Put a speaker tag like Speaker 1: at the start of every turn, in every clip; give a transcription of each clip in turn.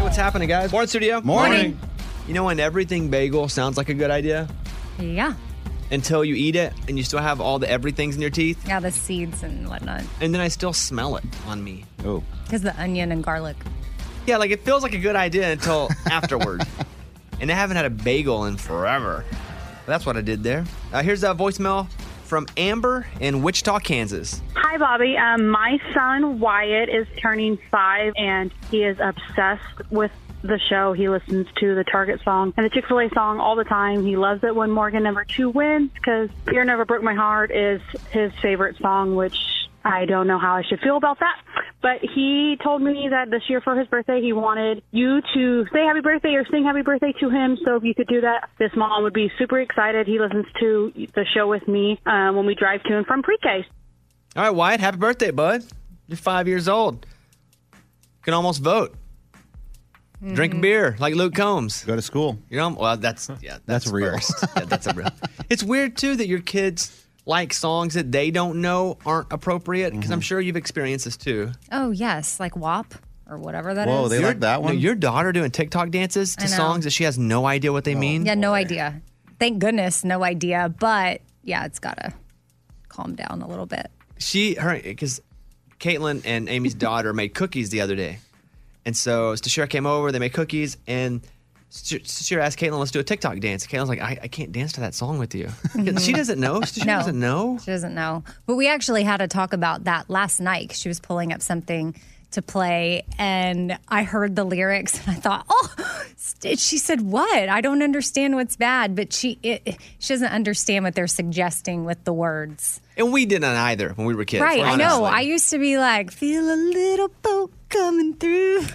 Speaker 1: What's happening, guys? Morning, studio.
Speaker 2: Morning.
Speaker 1: You know when everything bagel sounds like a good idea
Speaker 2: Yeah.
Speaker 1: until you eat it and you still have all the everythings in your teeth,
Speaker 2: Yeah, the seeds and whatnot.
Speaker 1: and then I still smell it on me.
Speaker 3: Oh.
Speaker 2: Because the onion and garlic.
Speaker 1: Yeah, like it feels like a good idea until afterward. And I haven't had a bagel in forever. That's what I did there. Uh, here's a voicemail from Amber in Wichita, Kansas.
Speaker 4: Hi, Bobby. Um, my son Wyatt is turning five, and he is obsessed with the show. He listens to the Target song and the Chick Fil A song all the time. He loves it when Morgan Number Two wins because "Fear Never Broke My Heart" is his favorite song, which I don't know how I should feel about that. But he told me that this year for his birthday, he wanted you to say happy birthday or sing happy birthday to him. So if you could do that, this mom would be super excited. He listens to the show with me uh, when we drive to and from pre-K.
Speaker 1: All right, Wyatt, happy birthday, bud. You're five years old. Can almost vote.
Speaker 2: Mm-hmm.
Speaker 1: Drink beer like Luke Combs. Go
Speaker 3: to school.
Speaker 1: You know, well, that's yeah,
Speaker 3: That's real.
Speaker 1: first. Yeah, that's a real. It's weird too that your kids like songs that they don't know aren't appropriate because I'm sure you've experienced this too.
Speaker 2: Oh, yes. Like WAP or whatever that is.
Speaker 1: Your- no, your daughter doing TikTok dances
Speaker 2: I
Speaker 1: to
Speaker 2: know.
Speaker 1: songs that she has no idea what they mean.
Speaker 2: Yeah, no idea. Thank goodness, no idea. But yeah, it's got to calm down a little bit.
Speaker 1: She her because Caitlin and Amy's daughter made cookies the other day, and so Stashira came over. They made cookies, and Stashira asked Caitlin, "Let's do a TikTok dance." Caitlin's like, "I, I can't dance to that song with you." she doesn't know. Stashira
Speaker 2: Mm-hmm. No.
Speaker 1: doesn't know.
Speaker 2: She doesn't know. But we actually had a talk about that last night. 'cause She was pulling up something to play, and I heard the lyrics, and I thought, "Oh, st- she said what? I don't understand what's bad." But she it, she doesn't understand what they're suggesting with the words.
Speaker 1: And we didn't either when we were kids.
Speaker 2: right? I know. I
Speaker 1: honestly.
Speaker 2: used to be like, "Feel a little boat coming through."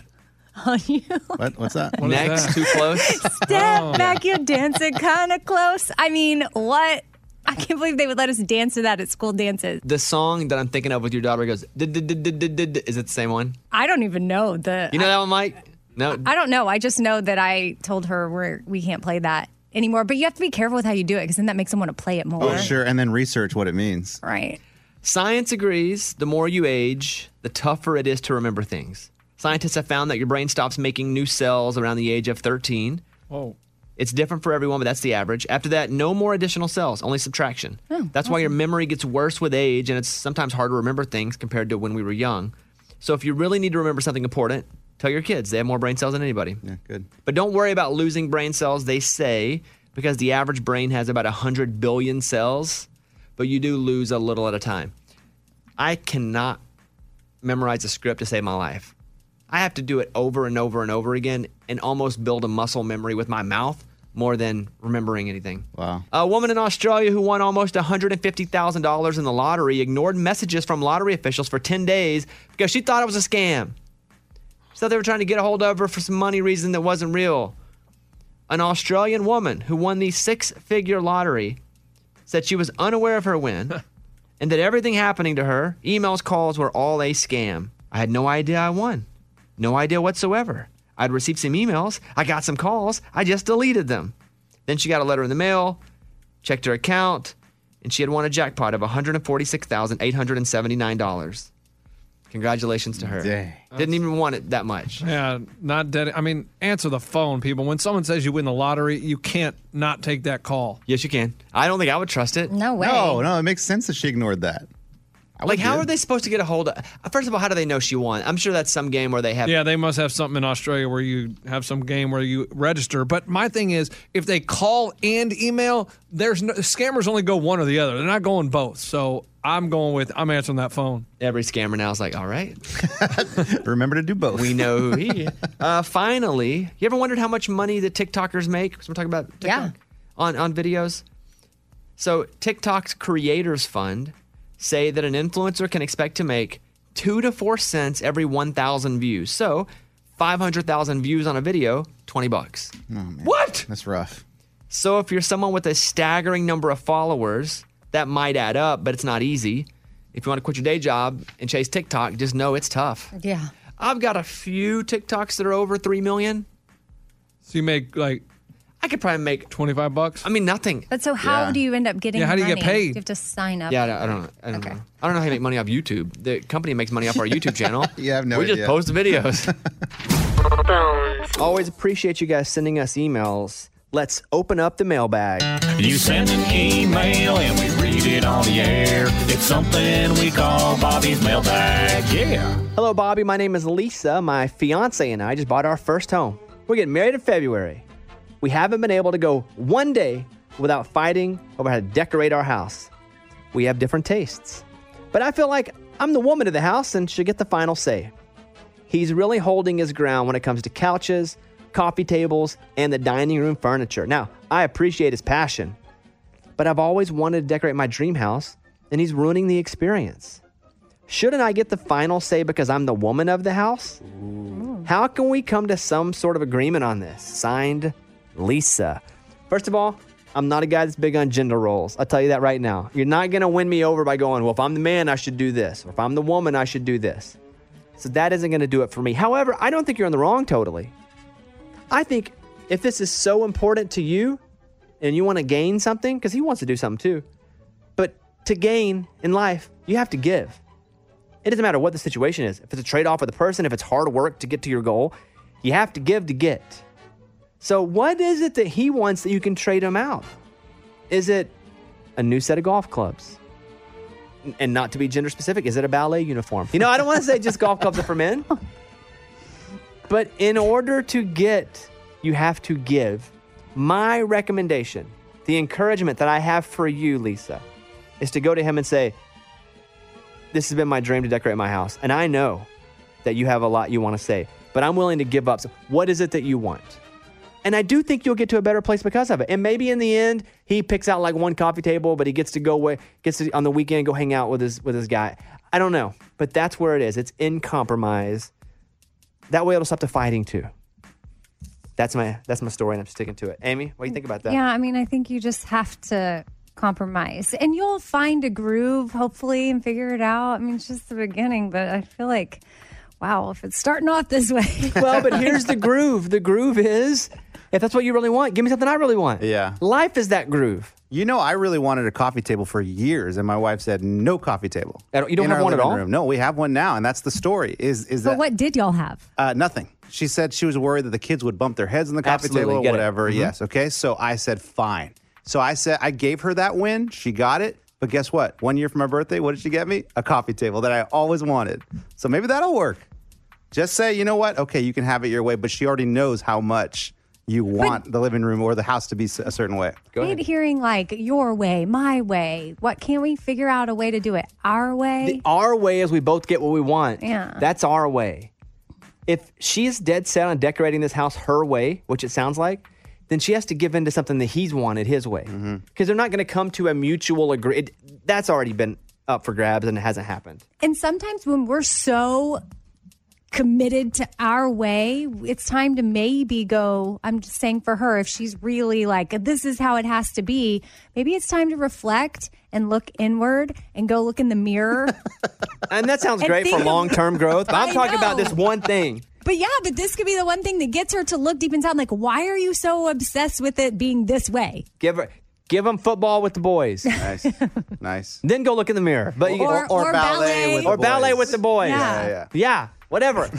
Speaker 2: On you,
Speaker 3: What? What's that?
Speaker 1: Next, too close.
Speaker 2: step back, you're dancing kind of close. I mean, what? I can't believe they would let us dance to that at school dances.
Speaker 1: the song that I'm thinking of with your daughter goes. "D-d-d-d-d-d-d." Is it the same one?
Speaker 2: I don't even know the.
Speaker 1: You know that one, Mike? No.
Speaker 2: I don't know. I just know that I told her we're, we can't play that anymore. But you have to be careful with how you do it because then that makes them want to play it more.
Speaker 3: Oh, sure. And then research what it means.
Speaker 2: Right.
Speaker 1: Science agrees the more you age, the tougher it is to remember things. Scientists have found that your brain stops making new cells around the age of 13.
Speaker 5: Oh.
Speaker 1: It's different for everyone, but that's the average. After that, no more additional cells, only subtraction. that's why your memory gets worse with age, and it's sometimes hard to remember things compared to when we were young. So if you really need to remember something important, tell your kids. They have more brain cells than anybody.
Speaker 3: Yeah, good.
Speaker 1: But don't worry about losing brain cells, they say, because the average brain has about 100 billion cells, but you do lose a little at a time. I cannot memorize a script to save my life. I have to do it over and over and over again and almost build a muscle memory with my mouth more than remembering anything.
Speaker 3: Wow.
Speaker 1: A woman in Australia who won almost $150,000 in the lottery ignored messages from lottery officials for 10 days because she thought it was a scam. She thought they were trying to get a hold of her for some money reason that wasn't real. An Australian woman who won the six figure lottery said she was unaware of her win and that everything happening to her, emails, calls, were all a scam. I had no idea I won. No idea whatsoever. I'd received some emails, I got some calls, I just deleted them. Then she got a letter in the mail, checked her account, and she had won a jackpot of $146,879. Congratulations to her.
Speaker 3: Dang.
Speaker 1: Didn't even want it that much.
Speaker 5: Yeah, not dead. I mean, answer the phone, people. When someone says you win the lottery, you can't not take that call.
Speaker 1: Yes, you can. I don't think I would trust it.
Speaker 2: No way.
Speaker 3: No, no, it makes sense that she ignored that. I would
Speaker 1: Like, how
Speaker 3: do.
Speaker 1: are they supposed to get a hold of? uh, First of all, how do they know she won? I'm sure that's some game where they have.
Speaker 5: Yeah, they must have something in Australia where you have some game where you register. But my thing is, if they call and email, there's no, scammers only go one or the other. They're not going both. So I'm going with I'm answering that phone.
Speaker 1: Every scammer now is like, all right,
Speaker 3: Remember to do both.
Speaker 1: we know who he. is." uh, finally, you ever wondered how much money the TikTokers make? 'Cause We're talking about TikTok
Speaker 2: Yeah.
Speaker 1: on on videos. So TikTok's creators fund say that an influencer can expect to make two to four cents every one thousand views. So, five hundred thousand views on a video, twenty bucks.
Speaker 3: Hmm.
Speaker 6: Oh,
Speaker 1: what?
Speaker 3: That's rough.
Speaker 1: So if you're someone with a staggering number of followers, that might add up, but it's not easy. If you want to quit your day job and chase TikTok, just know it's tough.
Speaker 2: Yeah.
Speaker 1: I've got a few TikToks that are over 3 million.
Speaker 5: So you make like
Speaker 1: I could probably make.
Speaker 5: Twenty-five bucks.
Speaker 1: I mean, nothing.
Speaker 2: But so how
Speaker 3: Yeah.
Speaker 2: do you end up getting
Speaker 5: Yeah, how do you get
Speaker 2: money?
Speaker 5: paid?
Speaker 2: You have to sign up.
Speaker 1: Yeah, I don't, I don't, I don't
Speaker 2: Okay.
Speaker 1: know. I don't know how you make money off YouTube. The company makes money off our YouTube channel.
Speaker 3: Yeah, I have no
Speaker 1: We
Speaker 3: idea.
Speaker 1: just post the videos. Always appreciate you guys sending us emails. Let's open up the mailbag.
Speaker 7: You send an email and we read it on the air. It's something we call Bobby's mailbag. Yeah.
Speaker 1: Hello, Bobby. My name is Lisa. My fiance and I just bought our first home. We're getting married in February. We haven't been able to go one day without fighting over how to decorate our house. We have different tastes. But I feel like I'm the woman of the house and should get the final say. He's really holding his ground when it comes to couches, coffee tables, and the dining room furniture. Now, I appreciate his passion, but I've always wanted to decorate my dream house, and he's ruining the experience. Shouldn't I get the final say because I'm the woman of the house? How can we come to some sort of agreement on this? Signed, Lisa. First of all, I'm not a guy that's big on gender roles. I'll tell you that right now. You're not going to win me over by going, well, if I'm the man, I should do this, or if I'm the woman, I should do this. So that isn't going to do it for me. However, I don't think you're in the wrong totally. I think if this is so important to you and you want to gain something, because he wants to do something too, but to gain in life, you have to give. It doesn't matter what the situation is. If it's a trade off with a person, if it's hard work to get to your goal, you have to give to get. So, what is it that he wants that you can trade him out? Is it a new set of golf clubs? And not to be gender specific, is it a ballet uniform? You know, I don't want to say just golf clubs are for men. But in order to get, you have to give. My recommendation, the encouragement that I have for you, Lisa, is to go to him and say, This has been my dream to decorate my house. And I know that you have a lot you want to say, but I'm willing to give up. So what is it that you want? And I do think you'll get to a better place because of it. And maybe in the end, he picks out like one coffee table, but he gets to go away, gets to on the weekend go hang out with his with his guy. I don't know, but that's where it is. It's in compromise. That way, it'll stop the fighting too. That's my that's my story, and I'm sticking to it. Amy, what do you think about that?
Speaker 2: Yeah, I mean, I think you just have to compromise and you'll find a groove, hopefully, and figure it out. I mean, it's just the beginning, but I feel like, wow, if it's starting off this way,
Speaker 1: Well, but here's the groove. The groove is if that's what you really want, give me something I really want.
Speaker 6: Yeah.
Speaker 1: life is that groove.
Speaker 6: You know, I really wanted a coffee table for years, and my wife said no coffee table.
Speaker 1: I don't- you don't
Speaker 6: in
Speaker 1: have
Speaker 6: our
Speaker 1: one at
Speaker 6: living
Speaker 1: all?
Speaker 6: Room. No, we have one now, and that's the story. Is is
Speaker 2: but
Speaker 6: that
Speaker 2: what did y'all have?
Speaker 6: Uh, nothing. She said she was worried that the kids would bump their heads on the coffee
Speaker 1: Absolutely,
Speaker 6: table
Speaker 1: get
Speaker 6: or
Speaker 1: it. Mm-hmm.
Speaker 6: whatever. Yes. Okay. So I said, fine. So I said, I gave her that win. She got it. But guess what? One year from my birthday, what did she get me? A coffee table that I always wanted. So maybe that'll work. Just say, you know what? Okay, you can have it your way, but she already knows how much you want the living room or the house to be s- a certain way.
Speaker 1: Go
Speaker 2: hate hearing like your way, my way. What can we figure out a way to do it our way?
Speaker 1: The- our way is we both get what we want.
Speaker 2: Yeah.
Speaker 1: That's our way. If she is dead set on decorating this house her way, which it sounds like, then she has to give in to something that he's wanted his way. Because they're not going to come to a mutual agree. it- that's already been up for grabs and it hasn't happened.
Speaker 2: and sometimes when we're so committed to our way, it's time to maybe go. I'm just saying for her, if she's really like, this is how it has to be, maybe it's time to reflect and look inward and go look in the mirror.
Speaker 1: And that sounds great for
Speaker 2: think-
Speaker 1: long term growth. But I'm
Speaker 2: I
Speaker 1: talking about
Speaker 2: know.
Speaker 1: this one thing.
Speaker 2: but yeah, but this could be the one thing that gets her to look deep inside, like, why are you so obsessed with it being this way?
Speaker 1: Give her. Give them football with the boys,
Speaker 6: Nice. nice.
Speaker 1: then go look in the mirror. But you,
Speaker 2: Or- or ballet.
Speaker 6: with the
Speaker 1: or ballet
Speaker 6: boys.
Speaker 1: with the boys.
Speaker 2: Yeah.
Speaker 6: Yeah,
Speaker 1: Yeah, whatever.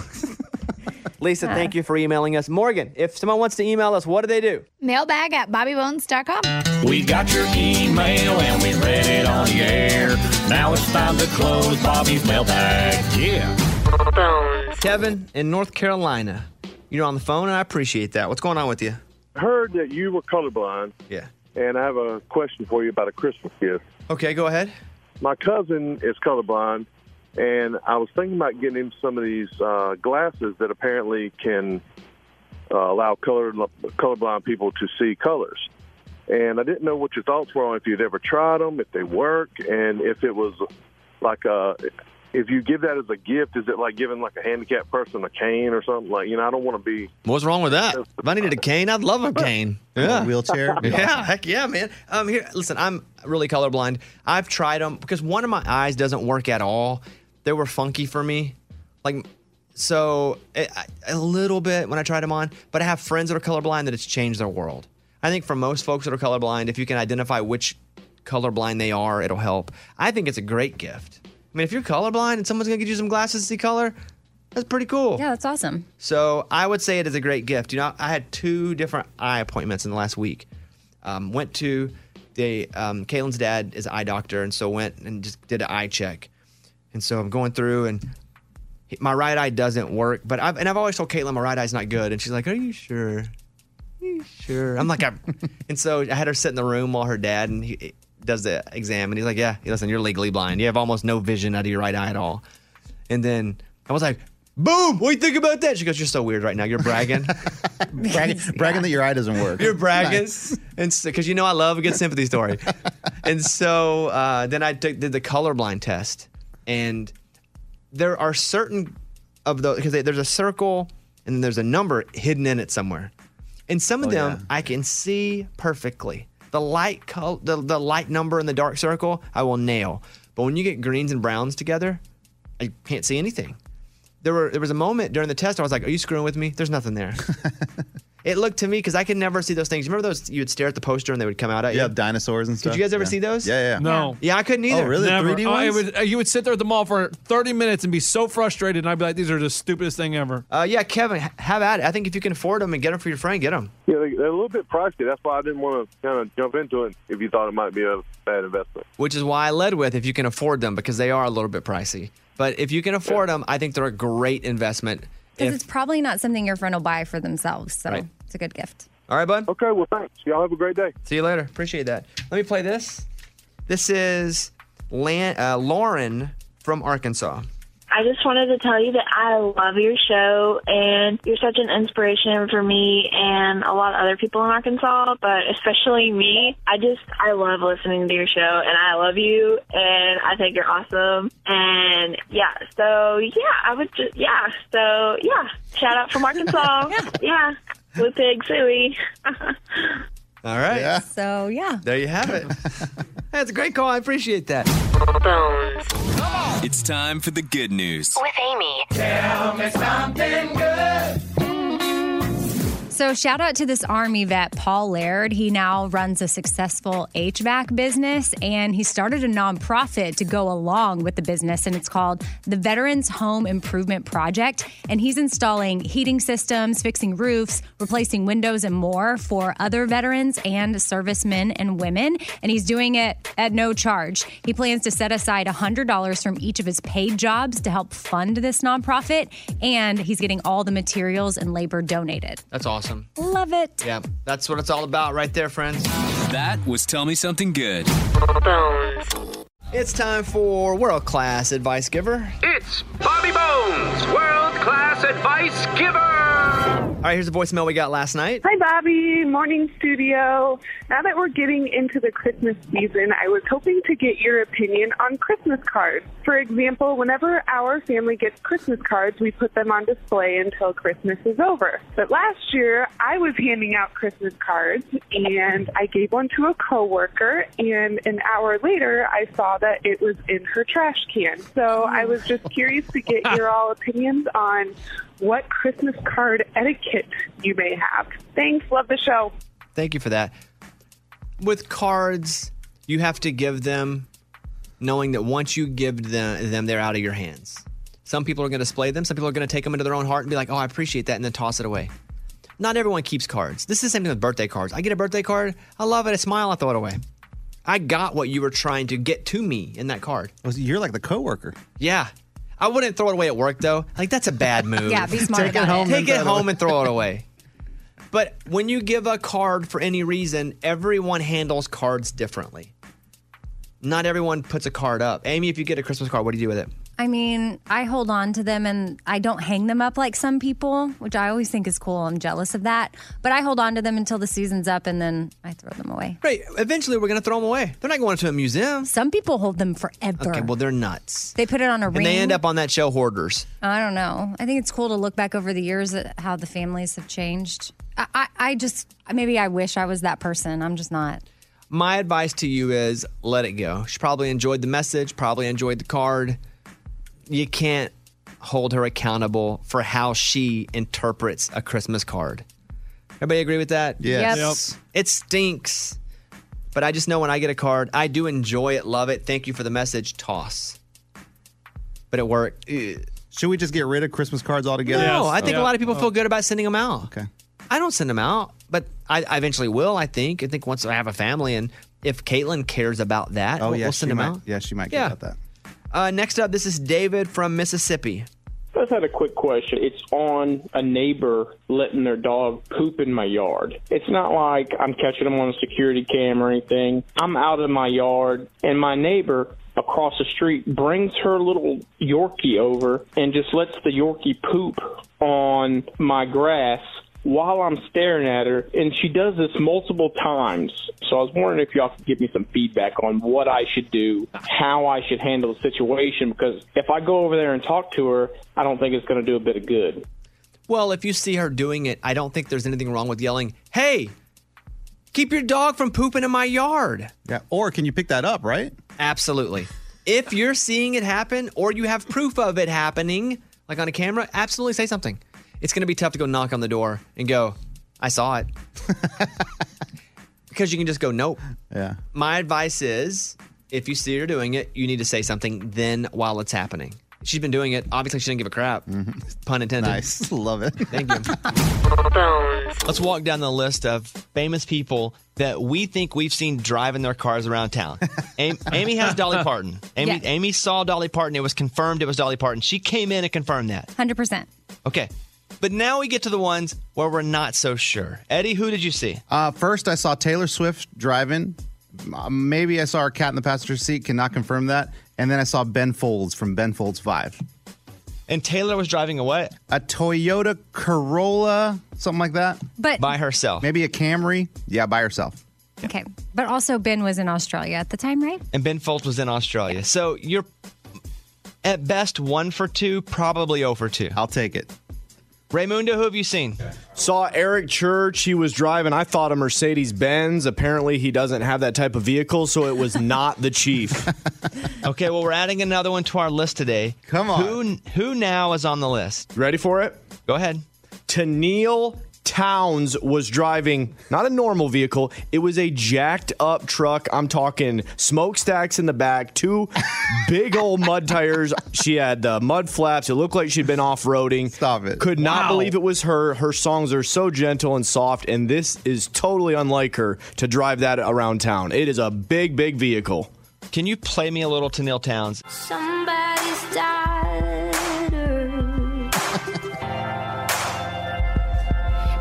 Speaker 1: Lisa, thank you for emailing us. Morgan, if someone wants to email us, what do they do?
Speaker 8: Mailbag at bobbybones.com.
Speaker 7: We got your email and we read it on the air. Now it's time to close Bobby's mailbag. Yeah.
Speaker 1: Kevin in North Carolina. You're on the phone, and I appreciate that. What's going on with you?
Speaker 9: heard that you were colorblind,
Speaker 1: Yeah.
Speaker 9: and I have a question for you about a Christmas gift.
Speaker 1: Okay, go ahead.
Speaker 9: My cousin is colorblind, and I was thinking about getting him some of these uh, glasses that apparently can uh, allow color, colorblind people to see colors. And I didn't know what your thoughts were on if you'd ever tried them, if they work, and if it was like a. If you give that as a gift, is it like giving like a handicapped person a cane or something? Like, you know, I don't want to be
Speaker 1: What's wrong with that? If I needed a cane, I'd love a cane.
Speaker 3: A wheelchair.
Speaker 1: Yeah, heck yeah, man. Um, here, listen, I'm really colorblind. I've tried them because one of my eyes doesn't work at all. They were funky for me, like so a, a little bit when I tried them on. But I have friends that are colorblind that it's changed their world. I think for most folks that are colorblind, if you can identify which colorblind they are, it'll help. I think it's a great gift. I mean, if you're colorblind and someone's gonna get you some glasses to see color, that's pretty cool.
Speaker 2: Yeah, that's awesome.
Speaker 1: So I would say it is a great gift. You know, I had two different eye appointments in the last week. Um, went to the um, Caitlin's dad is an eye doctor, and so went and just did an eye check. And so I'm going through, and he- my right eye doesn't work. But I've and I've always told Caitlin my right eye's not good, and she's like, "Are you sure? Are you sure?" I'm like, i and so I had her sit in the room while her dad and he does the exam, and he's like, "Yeah, listen, you're legally blind. You have almost no vision out of your right eye at all." And then I was like, boom, what do you think about that? She goes, you're so weird right now. You're bragging.
Speaker 3: bragging, bragging that your eye doesn't work.
Speaker 1: you're bragging. And because you know I love a good sympathy story. and so uh, then I took, did the colorblind test. And there are certain of those, because there's a circle and there's a number hidden in it somewhere. And some of
Speaker 3: Oh,
Speaker 1: them
Speaker 3: yeah.
Speaker 1: I can see perfectly. The light color, the, the light number in the dark circle, I will nail. But when you get greens and browns together, I can't see anything. There were there was a moment during the test I was like, "Are you screwing with me? There's nothing there." it looked to me because I could never see those things. Remember those? You would stare at the poster and they would come out at
Speaker 3: You
Speaker 1: you.
Speaker 3: have dinosaurs and stuff.
Speaker 1: Did you guys ever
Speaker 3: Yeah.
Speaker 1: see those?
Speaker 3: Yeah, yeah.
Speaker 5: No.
Speaker 1: Yeah, I couldn't either.
Speaker 3: really? The
Speaker 5: Never.
Speaker 3: 3D
Speaker 5: Oh, it
Speaker 3: ones?
Speaker 5: would- uh, you would sit there at the mall for 30 minutes and be so frustrated, and I'd be like, these are the stupidest thing ever.
Speaker 1: Uh, yeah, Kevin, ha- have at it. I think if you can afford them and get them for your friend, get them.
Speaker 9: Yeah, they- they're a little bit pricey. That's why I didn't want to kind of jump into it if you thought it might be a bad investment.
Speaker 1: Which is why I led with if you can afford them because they are a little bit pricey. But if you can afford them, I think they're a great investment.
Speaker 2: Because
Speaker 1: If-
Speaker 2: it's probably not something your friend will buy for themselves. So
Speaker 1: Right.
Speaker 2: it's a good gift.
Speaker 1: all right, bud.
Speaker 9: Okay, well, thanks. Y'all have a great day.
Speaker 1: See you later. Appreciate that. Let me play this. This is Lan- uh, Lauren from Arkansas.
Speaker 10: I just wanted to tell you that I love your show and you're such an inspiration for me and a lot of other people in Arkansas, but especially me. I just, I love listening to your show and I love you and I think you're awesome. And yeah, so yeah, I would just, yeah, so yeah, shout out from Arkansas. yeah. yeah. Blue Pig Suey.
Speaker 1: All right.
Speaker 3: Yeah.
Speaker 2: So Oh, yeah.
Speaker 1: There you have it. That's a great call. I appreciate that.
Speaker 11: It's time for the good news.
Speaker 10: With Amy.
Speaker 2: So shout out to this Army vet, Paul Laird. He now runs a successful HVAC business and he started a nonprofit to go along with the business and it's called the Veterans Home Improvement Project. And he's installing heating systems, fixing roofs, replacing windows and more for other veterans and servicemen and women. And he's doing it at no charge. He plans to set aside $100 from each of his paid jobs to help fund this nonprofit and he's getting all the materials and labor donated.
Speaker 1: That's awesome.
Speaker 2: Love it.
Speaker 1: Yeah, that's what it's all about right there, friends.
Speaker 11: That was Tell Me Something Good.
Speaker 1: It's time for World Class Advice Giver.
Speaker 7: It's Bobby Bones, world class advice giver.
Speaker 1: All right, here's a voicemail we got last night.
Speaker 4: Hi, Bobby. Morning, studio. Now that we're getting into the Christmas season, I was hoping to get your opinion on Christmas cards. For example, whenever our family gets Christmas cards, we put them on display until Christmas is over. But last year, I was handing out Christmas cards, and I gave one to a coworker, and an hour later, I saw that it was in her trash can. So I was just curious to get your all opinions on what Christmas card etiquette you may have. Thanks. Love the show.
Speaker 1: Thank you for that. With cards, you have to give them knowing that once you give them, them they're out of your hands. Some people are going to display them. Some people are going to take them into their own heart and be like, oh, I appreciate that, and then toss it away. Not everyone keeps cards. This is the same thing with birthday cards. I get a birthday card. I love it. I smile. I throw it away. I got what you were trying to get to me in that card.
Speaker 3: Oh, so You're like the coworker.
Speaker 1: Yeah. I wouldn't throw it away at work though. Like that's a bad move.
Speaker 2: Yeah, be smart
Speaker 3: Take it
Speaker 2: about
Speaker 3: home.
Speaker 1: Take it
Speaker 3: Throw it away.
Speaker 1: home and throw it away. But when you give a card for any reason, everyone handles cards differently. Not everyone puts a card up. Amy, if you get a Christmas card, what do you do with it?
Speaker 2: I mean, I hold on to them and I don't hang them up like some people, which I always think is cool. I'm jealous of that. But I hold on to them until the season's up and then I throw them away.
Speaker 1: Great. Eventually, we're going to throw them away. They're not going to a museum.
Speaker 2: Some people hold them forever.
Speaker 1: Okay, well, they're nuts.
Speaker 2: they put it on a ring.
Speaker 1: And they end up on that show, Hoarders.
Speaker 2: I don't know. I think it's cool to look back over the years at how the families have changed. I, I, I just, maybe I wish I was that person. I'm just not.
Speaker 1: my advice to you is let it go. She probably enjoyed the message, probably enjoyed the card. You can't hold her accountable for how she interprets a Christmas card. Everybody agree with that?
Speaker 3: Yes. Yep.
Speaker 1: It stinks. But I just know when I get a card, I do enjoy it, love it. Thank you for the message. Toss. But at work,
Speaker 3: should we just get rid of Christmas cards altogether?
Speaker 1: no, I think a lot of people
Speaker 3: Oh.
Speaker 1: feel good about sending them out. Okay. I don't send them out, but I, I eventually will, I think. I think once I have a family and if Caitlin cares about that,
Speaker 3: Oh
Speaker 1: we'll,
Speaker 3: yeah,
Speaker 1: we'll
Speaker 3: she
Speaker 1: send them
Speaker 3: might,
Speaker 1: out.
Speaker 3: Yeah, she might
Speaker 1: Yeah.
Speaker 3: care about that.
Speaker 1: Uh, next up, this is David from Mississippi.
Speaker 12: I just had a quick question. It's on a neighbor letting their dog poop in my yard. It's not like I'm catching them on a security cam or anything. I'm out in my yard, and my neighbor across the street brings her little Yorkie over and just lets the Yorkie poop on my grass while I'm staring at her. And she does this multiple times. So I was wondering if y'all could give me some feedback on what I should do, how I should handle the situation, because if I go over there and talk to her, I don't think it's going to do a bit of good.
Speaker 1: Well, if you see her doing it, I don't think there's anything wrong with yelling, hey, keep your dog from pooping in my yard.
Speaker 3: Yeah. Or can you pick that up, right?
Speaker 1: Absolutely. If you're seeing it happen or you have proof of it happening, like on a camera, absolutely say something. It's going to be tough to go knock on the door and go, I saw it. because you can just go, nope.
Speaker 3: Yeah.
Speaker 1: My advice is if you see her doing it, you need to say something then while it's happening. She's been doing it. Obviously, she didn't give a crap.
Speaker 3: Mm-hmm.
Speaker 1: Pun intended. Nice.
Speaker 3: Love it.
Speaker 1: Thank you. Let's walk down the list of famous people that we think we've seen driving their cars around town. Amy, Amy has Dolly Parton. Amy,
Speaker 2: Yeah.
Speaker 1: Amy saw Dolly Parton. It was confirmed it was Dolly Parton. She came in and confirmed that.
Speaker 2: 100%.
Speaker 1: Okay. But now we get to the ones where we're not so sure. Eddie, who did you see?
Speaker 3: Uh, first, I saw Taylor Swift driving. Uh, Maybe I saw her cat in the passenger seat. Cannot confirm that. And then I saw Ben Folds from Ben Folds Five.
Speaker 1: And Taylor was driving a what?
Speaker 3: A Toyota Corolla, something like that.
Speaker 2: But
Speaker 1: by herself.
Speaker 3: Maybe a Camry. Yeah, by herself.
Speaker 2: Okay. But also, Ben was in Australia at the time, right?
Speaker 1: And Ben Foltz was in Australia. So you're at best one for two, probably 0 for two. I'll
Speaker 3: take it.
Speaker 1: Raymundo, who have you seen?
Speaker 13: Saw Eric Church. He was driving, I thought, a Mercedes Benz. Apparently, he doesn't have that type of vehicle, so it was not the chief.
Speaker 1: Okay, well, we're adding another one to our list today. Come on. Who, who now is on the list?
Speaker 13: Ready for it?
Speaker 1: Go ahead.
Speaker 13: Tennille Towns was driving not a normal vehicle, it was a jacked up truck. I'm talking smokestacks in the back, two big old mud tires. She had uh, mud flaps. It looked like she'd been off roading. Stop it. Could not believe it was her. Her songs are so gentle and soft, and this is totally unlike her to drive that around town. It is a big, big vehicle.
Speaker 1: Can you play me a little Tennille Towns?
Speaker 14: Somebody's daughter.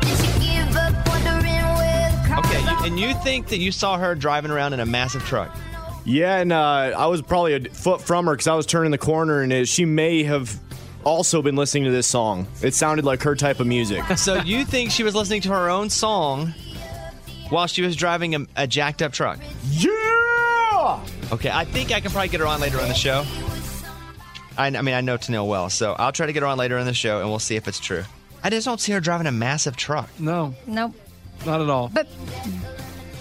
Speaker 14: Did she give up wondering where the cars
Speaker 1: Okay, you, and you think that you saw her driving around in a massive truck?
Speaker 13: Yeah, and uh, I was probably a foot from her because I was turning the corner, and it, she may have also been listening to this song. It sounded like her type of music.
Speaker 1: So you think she was listening to her own song while she was driving a, a jacked up truck?
Speaker 13: Yeah!
Speaker 1: Okay, I think I can probably get her on later on the show. I, I mean, I know Tennille well, so I'll try to get her on later in the show and we'll see if it's true. I just don't see her driving a massive truck.
Speaker 5: No,
Speaker 2: Nope.
Speaker 5: not at all.
Speaker 2: But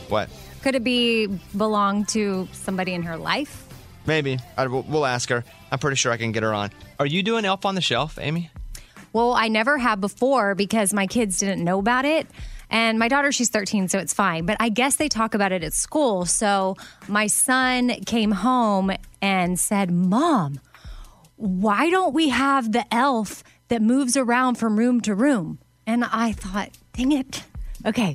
Speaker 1: What?
Speaker 2: could it be belong to somebody in her life?
Speaker 1: Maybe. I, we'll, we'll ask her. I'm pretty sure I can get her on. Are you doing Elf on the Shelf, Amy?
Speaker 2: Well, I never have before because my kids didn't know about it. And my daughter, she's 13, so it's fine. But I guess they talk about it at school. So my son came home and said, Mom, why don't we have the elf that moves around from room to room? And I thought, dang it. Okay.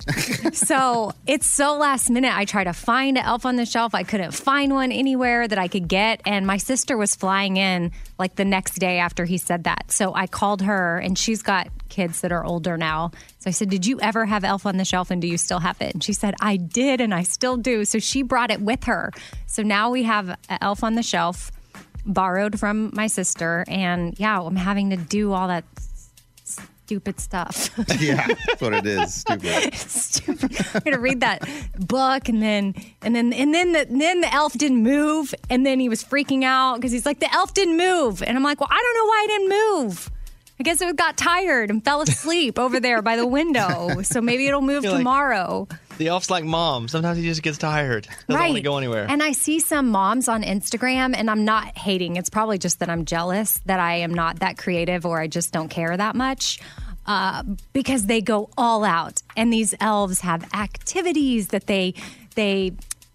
Speaker 2: so it's so last minute. I tried to find an elf on the shelf. I couldn't find one anywhere that I could get. And my sister was flying in like the next day after he said that. So I called her and she's got kids that are older now. So I said, Did you ever have elf on the shelf and do you still have it? And she said, I did and I still do. So she brought it with her. So now we have a elf on the shelf borrowed from my sister. And yeah, I'm having to do all that s- stupid stuff.
Speaker 3: yeah, that's what it is. Stupid.
Speaker 2: Stupid. I'm gonna read that book, and then and then and then the then the elf didn't move, and then he was freaking out because he's like, the elf didn't move, and I'm like, well, I don't know why it didn't move. I guess it got tired and fell asleep over there by the window. So maybe it'll move
Speaker 1: You're like-
Speaker 2: tomorrow.
Speaker 1: The elf's like mom. Sometimes he just gets tired. Doesn't want to go anywhere.
Speaker 2: And I see some moms on Instagram, and I'm not hating. It's probably just that I'm jealous that I am not that creative or I just don't care that much. uh, because they go all out, and these elves have activities that they they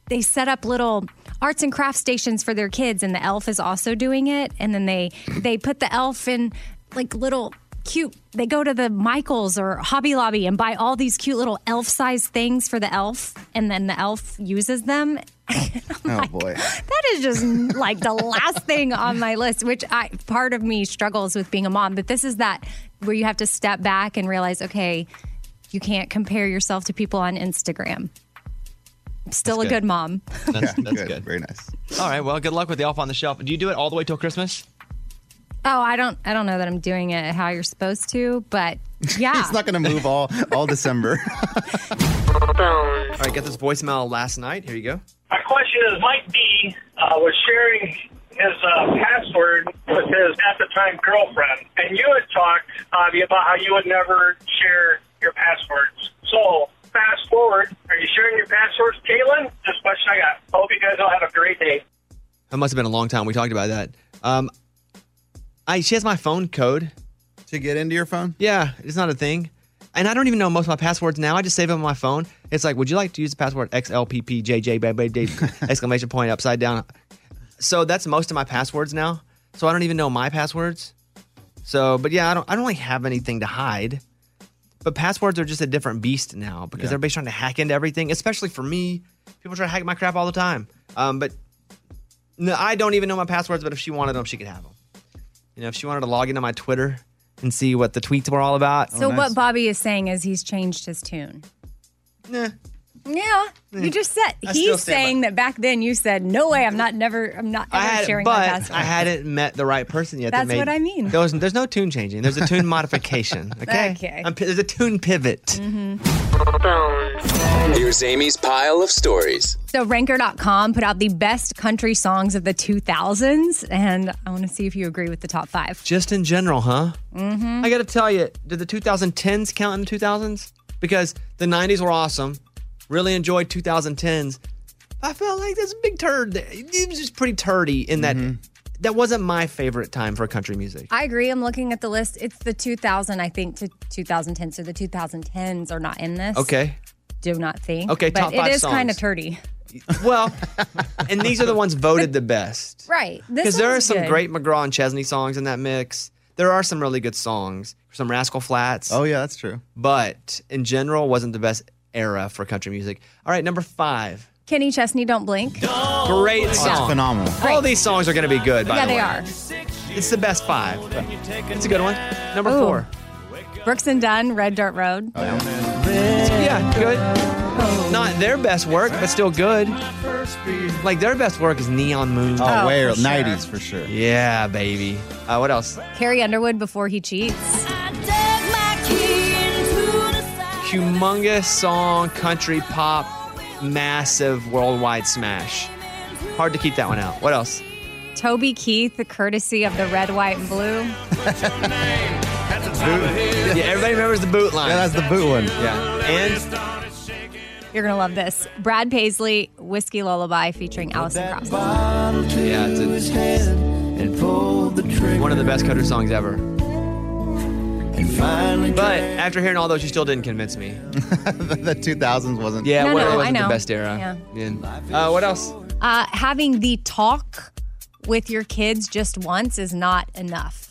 Speaker 2: they set up little arts and craft stations for their kids, and the elf is also doing it. And then they they put the elf in like little cute. They go to the Michaels or Hobby Lobby and buy all these cute little elf-sized things for the elf, and then the elf uses them
Speaker 3: Oh boy.
Speaker 2: that is just like the last thing on my list, which I part of me struggles with being a mom, but this is that where you have to step back and realize, okay, you can't compare yourself to people on Instagram. I'm still
Speaker 1: That's
Speaker 2: a
Speaker 1: good.
Speaker 2: good mom.
Speaker 1: That's, that's good. Very nice. All right. Well, good luck with the elf on the shelf. Do you do it all the way till Christmas?
Speaker 2: Oh, I don't I don't know that I'm doing it how you're supposed to, but yeah.
Speaker 3: It's not going to move all all December.
Speaker 1: All right. Got this voicemail last night. Here you go.
Speaker 15: My question is Mike B uh, was sharing his uh, password with his at the time girlfriend, and you had talked Bobby, about how you would never share your passwords. So fast forward, are you sharing your passwords, Caitlin? This question I got. Hope you guys all have a great day.
Speaker 1: That must have been a long time. We talked about that. Um, I she has my phone code
Speaker 3: to get into your phone.
Speaker 1: Yeah, it's not a thing, and I don't even know most of my passwords now. I just save them on my phone. It's like, would you like to use the password XLPPJJ ba- ba- da- exclamation point upside down? So that's most of my passwords now. So I don't even know my passwords. So, but yeah, I don't. I don't really have anything to hide. But passwords are just a different beast now because
Speaker 16: Yeah.
Speaker 1: everybody's trying to hack into everything, especially for me. People try to hack my crap all the time. Um, but no, I don't even know my passwords, but if she wanted them, she could have them. You know, if she wanted to log into my Twitter and see what the tweets were all about.
Speaker 2: so what Bobby is saying is he's changed his tune.
Speaker 1: Nah.
Speaker 2: Yeah. You just said
Speaker 1: I still
Speaker 2: he's
Speaker 1: stand by-
Speaker 2: saying that back then you said, No way, I'm not never I'm not ever
Speaker 1: I had,
Speaker 2: sharing my
Speaker 1: but
Speaker 2: password.
Speaker 1: I hadn't met the right person yet. that
Speaker 2: That's
Speaker 1: made-
Speaker 2: what I mean.
Speaker 1: There was, there's no tune changing. There's a tune modification. Okay.
Speaker 2: Okay.
Speaker 1: I'm pi- there's a tune pivot.
Speaker 11: Mm-hmm. Here's Amy's pile of stories.
Speaker 2: So ranker.com put out the best country songs of the 2000s and I want to see if you agree with the top 5.
Speaker 1: Just in general, huh? Mm-hmm. I got to tell you, did the 2010s count in the 2000s? Because the 90s were awesome. Really enjoyed 2010s. I felt like that's a big turd. It was just pretty turdy in that. That wasn't my favorite time for country music.
Speaker 2: I agree. I'm looking at the list. It's the 2000, I think, to 2010. So the 2010s are not in this.
Speaker 1: Okay.
Speaker 2: Do not think.
Speaker 1: Okay,
Speaker 2: But
Speaker 1: top five
Speaker 2: it is
Speaker 1: songs.
Speaker 2: kind of turdy.
Speaker 1: Well, and these are the ones voted the best.
Speaker 2: Right. This
Speaker 1: Because there are
Speaker 2: one's
Speaker 1: some
Speaker 2: good.
Speaker 1: great McGraw and Chesney songs in that mix. There are some really good songs. Some Rascal Flats. Oh
Speaker 3: yeah, that's true.
Speaker 1: But in general, wasn't the best era for country music. All right, number five.
Speaker 2: Kenny Chesney, Don't Blink.
Speaker 1: Great
Speaker 2: It's
Speaker 1: song.
Speaker 3: phenomenal.
Speaker 1: All these songs are going to be good. By
Speaker 2: Oh, yeah,
Speaker 1: the
Speaker 2: they
Speaker 1: way.
Speaker 2: are.
Speaker 1: It's the best five. but It's a good one. Number
Speaker 2: Ooh.
Speaker 1: four.
Speaker 2: Brooks and Dunn, Red Dirt Road.
Speaker 3: Oh,
Speaker 1: Yeah, good. Not their best work, but still good. Like their best work is Neon Moon.
Speaker 3: Oh,
Speaker 2: Oh,
Speaker 3: way
Speaker 2: for
Speaker 3: early-
Speaker 2: sure.
Speaker 3: 90s for sure.
Speaker 1: Yeah, baby. Uh, what else?
Speaker 2: Carrie Underwood, Before He Cheats.
Speaker 1: humongous song, country pop, massive worldwide smash. Hard to keep that one out. What else?
Speaker 2: Toby Keith, The Courtesy of the Red, White, and Blue.
Speaker 1: Yeah, everybody remembers the boot line. Yeah, that's
Speaker 3: the boot one.
Speaker 1: Yeah. And
Speaker 2: You're going to love this. Brad Paisley, Whiskey Lullaby featuring Allison Krauss.
Speaker 1: yeah, it's a, one of the best country songs ever. But after hearing all those, you still didn't convince me.
Speaker 3: the 2000s wasn't.
Speaker 1: Yeah,
Speaker 2: No,
Speaker 1: well, it
Speaker 2: no, I
Speaker 1: wasn't the
Speaker 2: know.
Speaker 1: best era. Yeah. Uh, what else?
Speaker 2: Uh, having the talk with your kids just once is not enough.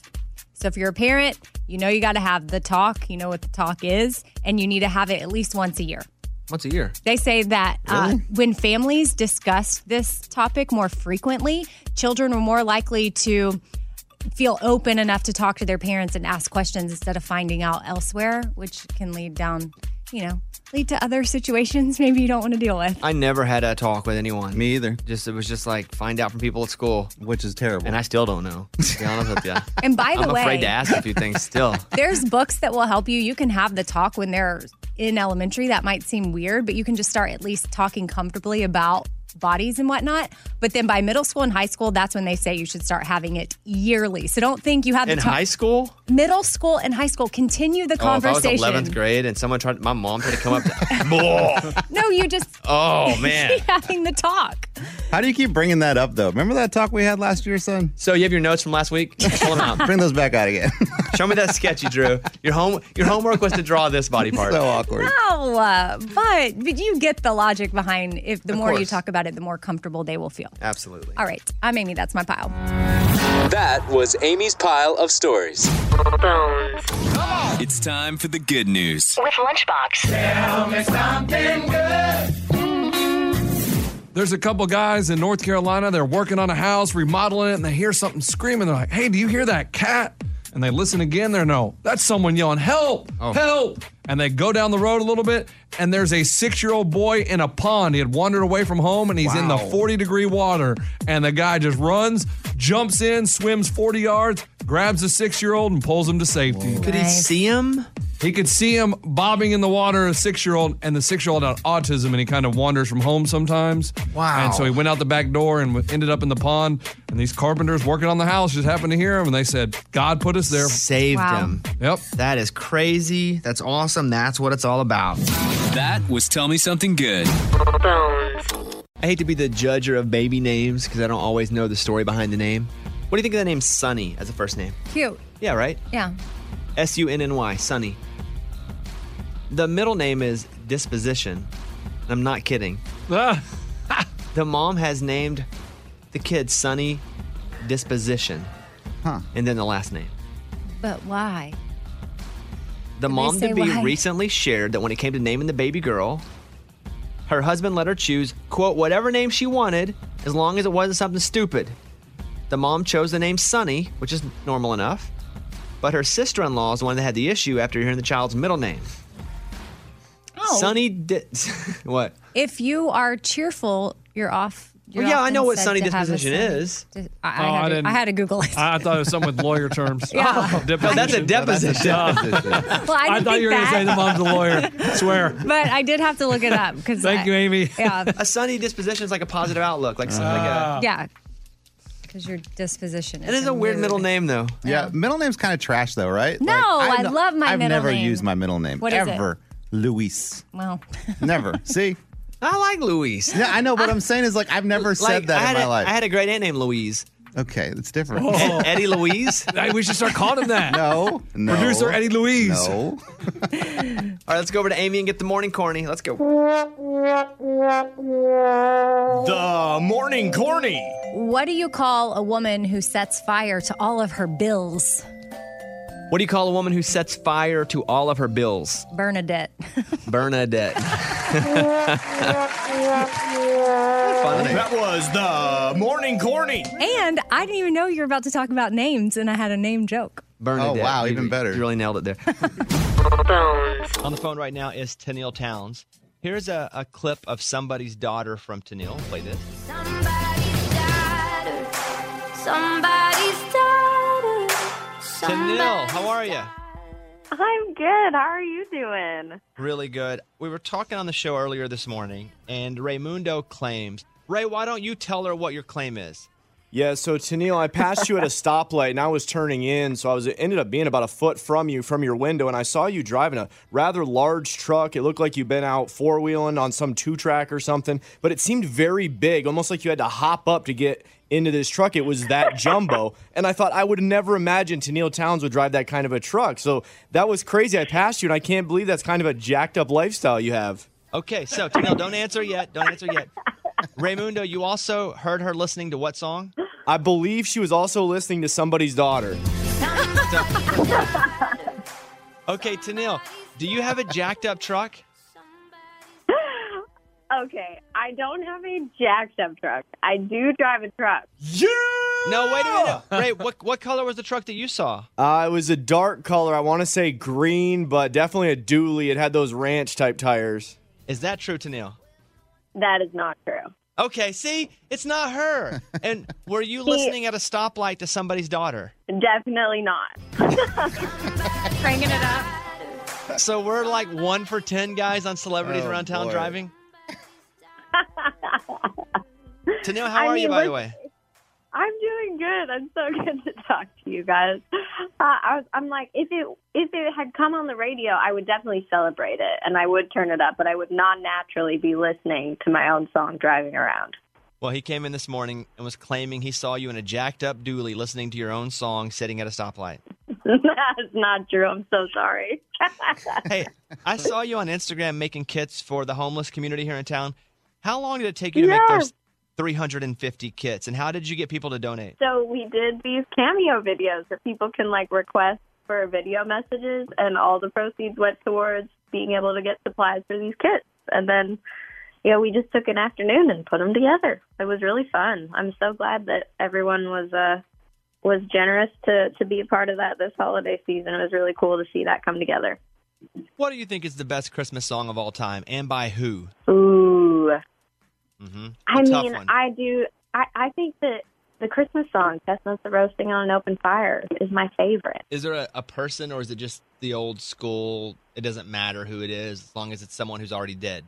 Speaker 2: So if you're a parent, you know you got to have the talk. You know what the talk is, and you need to have it at least once a year.
Speaker 1: Once a year.
Speaker 2: They say that uh,
Speaker 1: Really?
Speaker 2: when families discuss this topic more frequently, children are more likely to feel open enough to talk to their parents and ask questions instead of finding out elsewhere, which can lead down, you know, lead to other situations maybe you don't want to deal with.
Speaker 1: I never had a talk with anyone.
Speaker 3: Me either.
Speaker 1: Just it was just like find out from people at school,
Speaker 3: which is terrible.
Speaker 1: And I still don't know. To be honest with you.
Speaker 2: And by the
Speaker 1: I'm
Speaker 2: way,
Speaker 1: afraid to ask a few things still.
Speaker 2: There's books that will help you. You can have the talk when they're in elementary. That might seem weird, but you can just start at least talking comfortably about bodies and whatnot. But then by middle school and high school, that's when they say you should start having it yearly. So don't think you have the
Speaker 1: In
Speaker 2: talk-
Speaker 1: high school?
Speaker 2: middle school and high school. Continue the
Speaker 1: Oh, if
Speaker 2: conversation.
Speaker 1: I was 11th grade and someone tried, my mom tried to come up to,
Speaker 2: no, you just
Speaker 1: oh man.
Speaker 2: keep having the talk.
Speaker 3: How do you keep bringing that up though? Remember that talk we had last year, son?
Speaker 1: So you have your notes from last week? Pull them out.
Speaker 3: Bring those back out again.
Speaker 1: Show me that sketch you drew. Your home your homework was to draw this body part.
Speaker 3: So awkward.
Speaker 2: No, uh, but but you get the logic behind. If the
Speaker 1: Of
Speaker 2: more you
Speaker 1: course.
Speaker 2: talk about it, the more comfortable they will feel.
Speaker 1: Absolutely.
Speaker 2: All right, I'm Amy. That's my pile.
Speaker 11: That was Amy's pile of stories. It's time for the good news.
Speaker 14: With Lunchbox. Tell me something good.
Speaker 5: There's a couple guys in North Carolina. They're working on a house, remodeling it, and they hear something screaming. They're like, "Hey, do you hear that cat?" And they listen again. They're no, that's someone yelling, "Help! Help!" And they go down the road a little bit, and there's a six-year-old boy in a pond. He had wandered away from home, and he's in the
Speaker 16: Wow.
Speaker 5: 40-degree water. And the guy just runs, jumps in, swims 40 yards, grabs the six-year-old, and pulls him to safety.
Speaker 1: Could he Nice. see him?
Speaker 5: He could see him bobbing in the water, a six year old, and the six year old had autism and he kind of wanders from home sometimes.
Speaker 1: Wow.
Speaker 5: And so he went out the back door and w- ended up in the pond. And these carpenters working on the house just happened to hear him and they said, God put us there.
Speaker 16: Saved Wow. him.
Speaker 5: Yep.
Speaker 16: That is crazy. That's awesome. That's what it's all about.
Speaker 11: That was Tell Me Something Good.
Speaker 1: I hate to be the judger of baby names because I don't always know the story behind the name. What do you think of the name Sunny as a first name?
Speaker 2: Cute.
Speaker 1: Yeah, right?
Speaker 2: Yeah.
Speaker 1: S U N N Y, Sunny. The middle name is Disposition. And I'm not kidding. the mom has named the kid Sunny Disposition.
Speaker 3: Huh.
Speaker 1: And then the last name.
Speaker 2: But why?
Speaker 1: The
Speaker 2: Did they
Speaker 1: mom
Speaker 2: say
Speaker 1: to be
Speaker 2: why?
Speaker 1: recently shared that when it came to naming the baby girl, her husband let her choose, quote, whatever name she wanted, as long as it wasn't something stupid. The mom chose the name Sunny, which is normal enough, but her sister in law is the one that had the issue after hearing the child's middle name.
Speaker 2: Oh.
Speaker 1: Sunny di- what?
Speaker 2: If you are cheerful, you're off. You're
Speaker 1: Well, yeah, I
Speaker 2: often
Speaker 1: know what
Speaker 2: said
Speaker 1: sunny
Speaker 2: to have a
Speaker 1: disposition
Speaker 2: sunny
Speaker 1: is.
Speaker 2: dis- I,
Speaker 5: Oh,
Speaker 2: I, had to, I had to Google it.
Speaker 5: I, I thought it was something with lawyer terms.
Speaker 2: Yeah.
Speaker 5: Oh, deposition.
Speaker 1: that's a deposition.
Speaker 5: Oh.
Speaker 2: Well, I, didn't
Speaker 5: thought
Speaker 2: think
Speaker 5: you were going to
Speaker 2: that,
Speaker 5: say the mom's a lawyer. Swear.
Speaker 2: but I did have to look it up because
Speaker 5: Thank you, Amy.
Speaker 2: Yeah. Ah.
Speaker 1: A sunny disposition is like a positive outlook, like, some- like a.
Speaker 2: Yeah, because your disposition.
Speaker 1: It is a weird middle name, though.
Speaker 3: Yeah, middle name's kind of trash though, right?
Speaker 2: No, I
Speaker 3: kno-
Speaker 2: love my
Speaker 3: I've
Speaker 2: middle
Speaker 3: never
Speaker 2: name.
Speaker 3: used my middle name
Speaker 2: What is it?
Speaker 3: ever. Luis.
Speaker 2: Well,
Speaker 3: Never. See?
Speaker 1: I like Luis.
Speaker 3: Yeah, I know. What I'm saying is like I've never
Speaker 1: Like,
Speaker 3: said that
Speaker 1: I
Speaker 3: in
Speaker 1: had
Speaker 3: my
Speaker 1: a-
Speaker 3: life.
Speaker 1: I had a great aunt named Louise.
Speaker 3: Okay, it's different.
Speaker 5: Oh.
Speaker 1: Ed- E-, Eddie Louise?
Speaker 5: Hey, we should start calling him that.
Speaker 3: No, no.
Speaker 5: Producer Eddie Louise.
Speaker 1: All
Speaker 3: No.
Speaker 1: right, let's go over to Amy and get the morning corny. Let's go.
Speaker 13: The morning corny.
Speaker 2: what do you call a woman who sets fire to all of her bills?
Speaker 1: What do you call a woman who sets fire to all of her bills?
Speaker 2: Bernadette.
Speaker 1: Bernadette.
Speaker 13: That was the morning corny.
Speaker 2: And I didn't even know you were about to talk about names, and I had a name joke.
Speaker 1: Bernadette.
Speaker 3: Oh, wow,
Speaker 1: You-
Speaker 3: even better.
Speaker 1: You really nailed it there. On the phone right now is Tennille Towns. Here's a, a clip of somebody's daughter from Tennille. Play this.
Speaker 14: Somebody's daughter.
Speaker 1: Tennille, how are you?
Speaker 17: I'm good. How are you doing?
Speaker 1: Really good. We were talking on the show earlier this morning, and Raymundo claims. Ray, why don't you tell her what your claim is?
Speaker 13: Yeah, so Tennille, I passed you at a stoplight and I was turning in, so I was it ended up being about a foot from you from your window, and I saw you driving a rather large truck. It looked like you'd been out four wheeling on some two track or something, but it seemed very big, almost like you had to hop up to get into this truck. It was that jumbo, and I thought I would never imagine Tennille Towns would drive that kind of a truck. So that was crazy. I passed you, and I can't believe that's kind of a jacked up lifestyle you have.
Speaker 1: Okay, so Tennille, don't answer yet. Don't answer yet. Raymundo, you also heard her listening to what song?
Speaker 13: I believe she was also listening to somebody's daughter.
Speaker 1: Okay, Tennille, do you have a jacked up truck?
Speaker 17: Okay, I don't have a jacked up truck. I do drive a truck.
Speaker 13: Yeah!
Speaker 1: No, wait a minute. Ray, what, what color was the truck that you saw?
Speaker 13: Uh, it was a dark color. I want to say green, but definitely a dually. It had those ranch type tires.
Speaker 1: Is that true, Tennille?
Speaker 17: That is not true.
Speaker 1: Okay, see, it's not her. And were you listening at a stoplight to somebody's daughter?
Speaker 17: Definitely not.
Speaker 2: Cranking it up.
Speaker 1: So we're like one for 10 guys on celebrities around town
Speaker 17: boy.
Speaker 1: driving? Tennille, how
Speaker 17: I
Speaker 1: are you,
Speaker 17: mean,
Speaker 1: by the way?
Speaker 17: let's- I'm doing good. I'm so good to talk to you guys. Uh, I was, I'm like, if it if it had come on the radio, I would definitely celebrate it and I would turn it up, but I would not naturally be listening to my own song driving around.
Speaker 1: Well, he came in this morning and was claiming he saw you in a jacked up dually listening to your own song sitting at a stoplight.
Speaker 17: That's not true. I'm so sorry.
Speaker 1: hey, I saw you on Instagram making kits for the homeless community here in town. How long did it take you to make those
Speaker 17: Yes.
Speaker 1: 350 kits and how did you get people to donate?
Speaker 17: So we did these cameo videos that people can like request for video messages, and all the proceeds went towards being able to get supplies for these kits. And then, you know, we just took an afternoon and put them together. It was really fun. I'm so glad that everyone was uh was generous to to be a part of that this holiday season. It was really cool to see that come together.
Speaker 1: What do you think is the best Christmas song of all time and by who?
Speaker 17: Ooh.
Speaker 1: Mhm.
Speaker 17: I
Speaker 1: A tough
Speaker 17: mean,
Speaker 1: one.
Speaker 17: I do. I, I think that the Christmas song, Chestnuts Are Roasting on an Open Fire, is my favorite.
Speaker 1: Is there a, a person or is it just the old school? It doesn't matter who it is as long as it's someone who's already dead.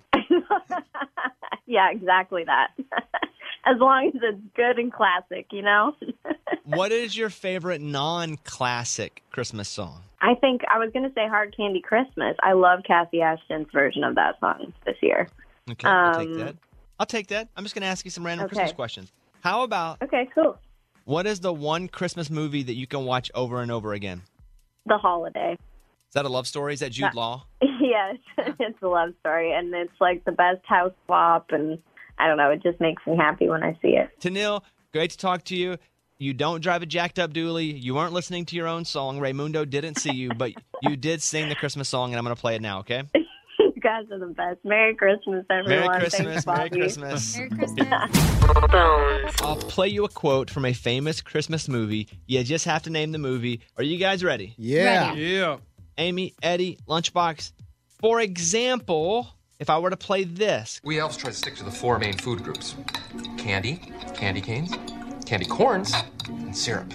Speaker 17: Yeah, exactly that. as long as it's good and classic, you know?
Speaker 1: what is your favorite non classic Christmas song?
Speaker 17: I think I was going to say Hard Candy Christmas. I love Kathy Ashton's version of that song this year.
Speaker 1: Okay, I'll take
Speaker 17: Um,
Speaker 1: that. I'll take that. I'm just going to ask you some random
Speaker 17: Okay.
Speaker 1: Christmas questions. How about
Speaker 17: Okay, cool.
Speaker 1: what is the one Christmas movie that you can watch over and over again?
Speaker 17: The Holiday.
Speaker 1: Is that a love story? Is that Jude
Speaker 17: Yeah.
Speaker 1: Law?
Speaker 17: yes, it's a love story, and it's like the best house swap, and I don't know, it just makes me happy when I see it.
Speaker 1: Tanil, great to talk to you. You don't drive a jacked up dually. You weren't listening to your own song. Raymundo didn't see you, but you did sing the Christmas song, and I'm going to play it now, okay?
Speaker 17: you guys are the best. Merry Christmas, everyone.
Speaker 1: Merry
Speaker 17: Thanks,
Speaker 1: Christmas. Merry
Speaker 17: Bobby.
Speaker 1: Christmas.
Speaker 17: Merry Christmas.
Speaker 1: I'll play you a quote from a famous Christmas movie. You just have to name the movie. Are you guys ready?
Speaker 5: Yeah. Ready. Yeah.
Speaker 1: Amy, Eddie, Lunchbox. For example, if I were to play this,
Speaker 18: We elves try to stick to the four main food groups candy, candy canes, candy corns, and syrup.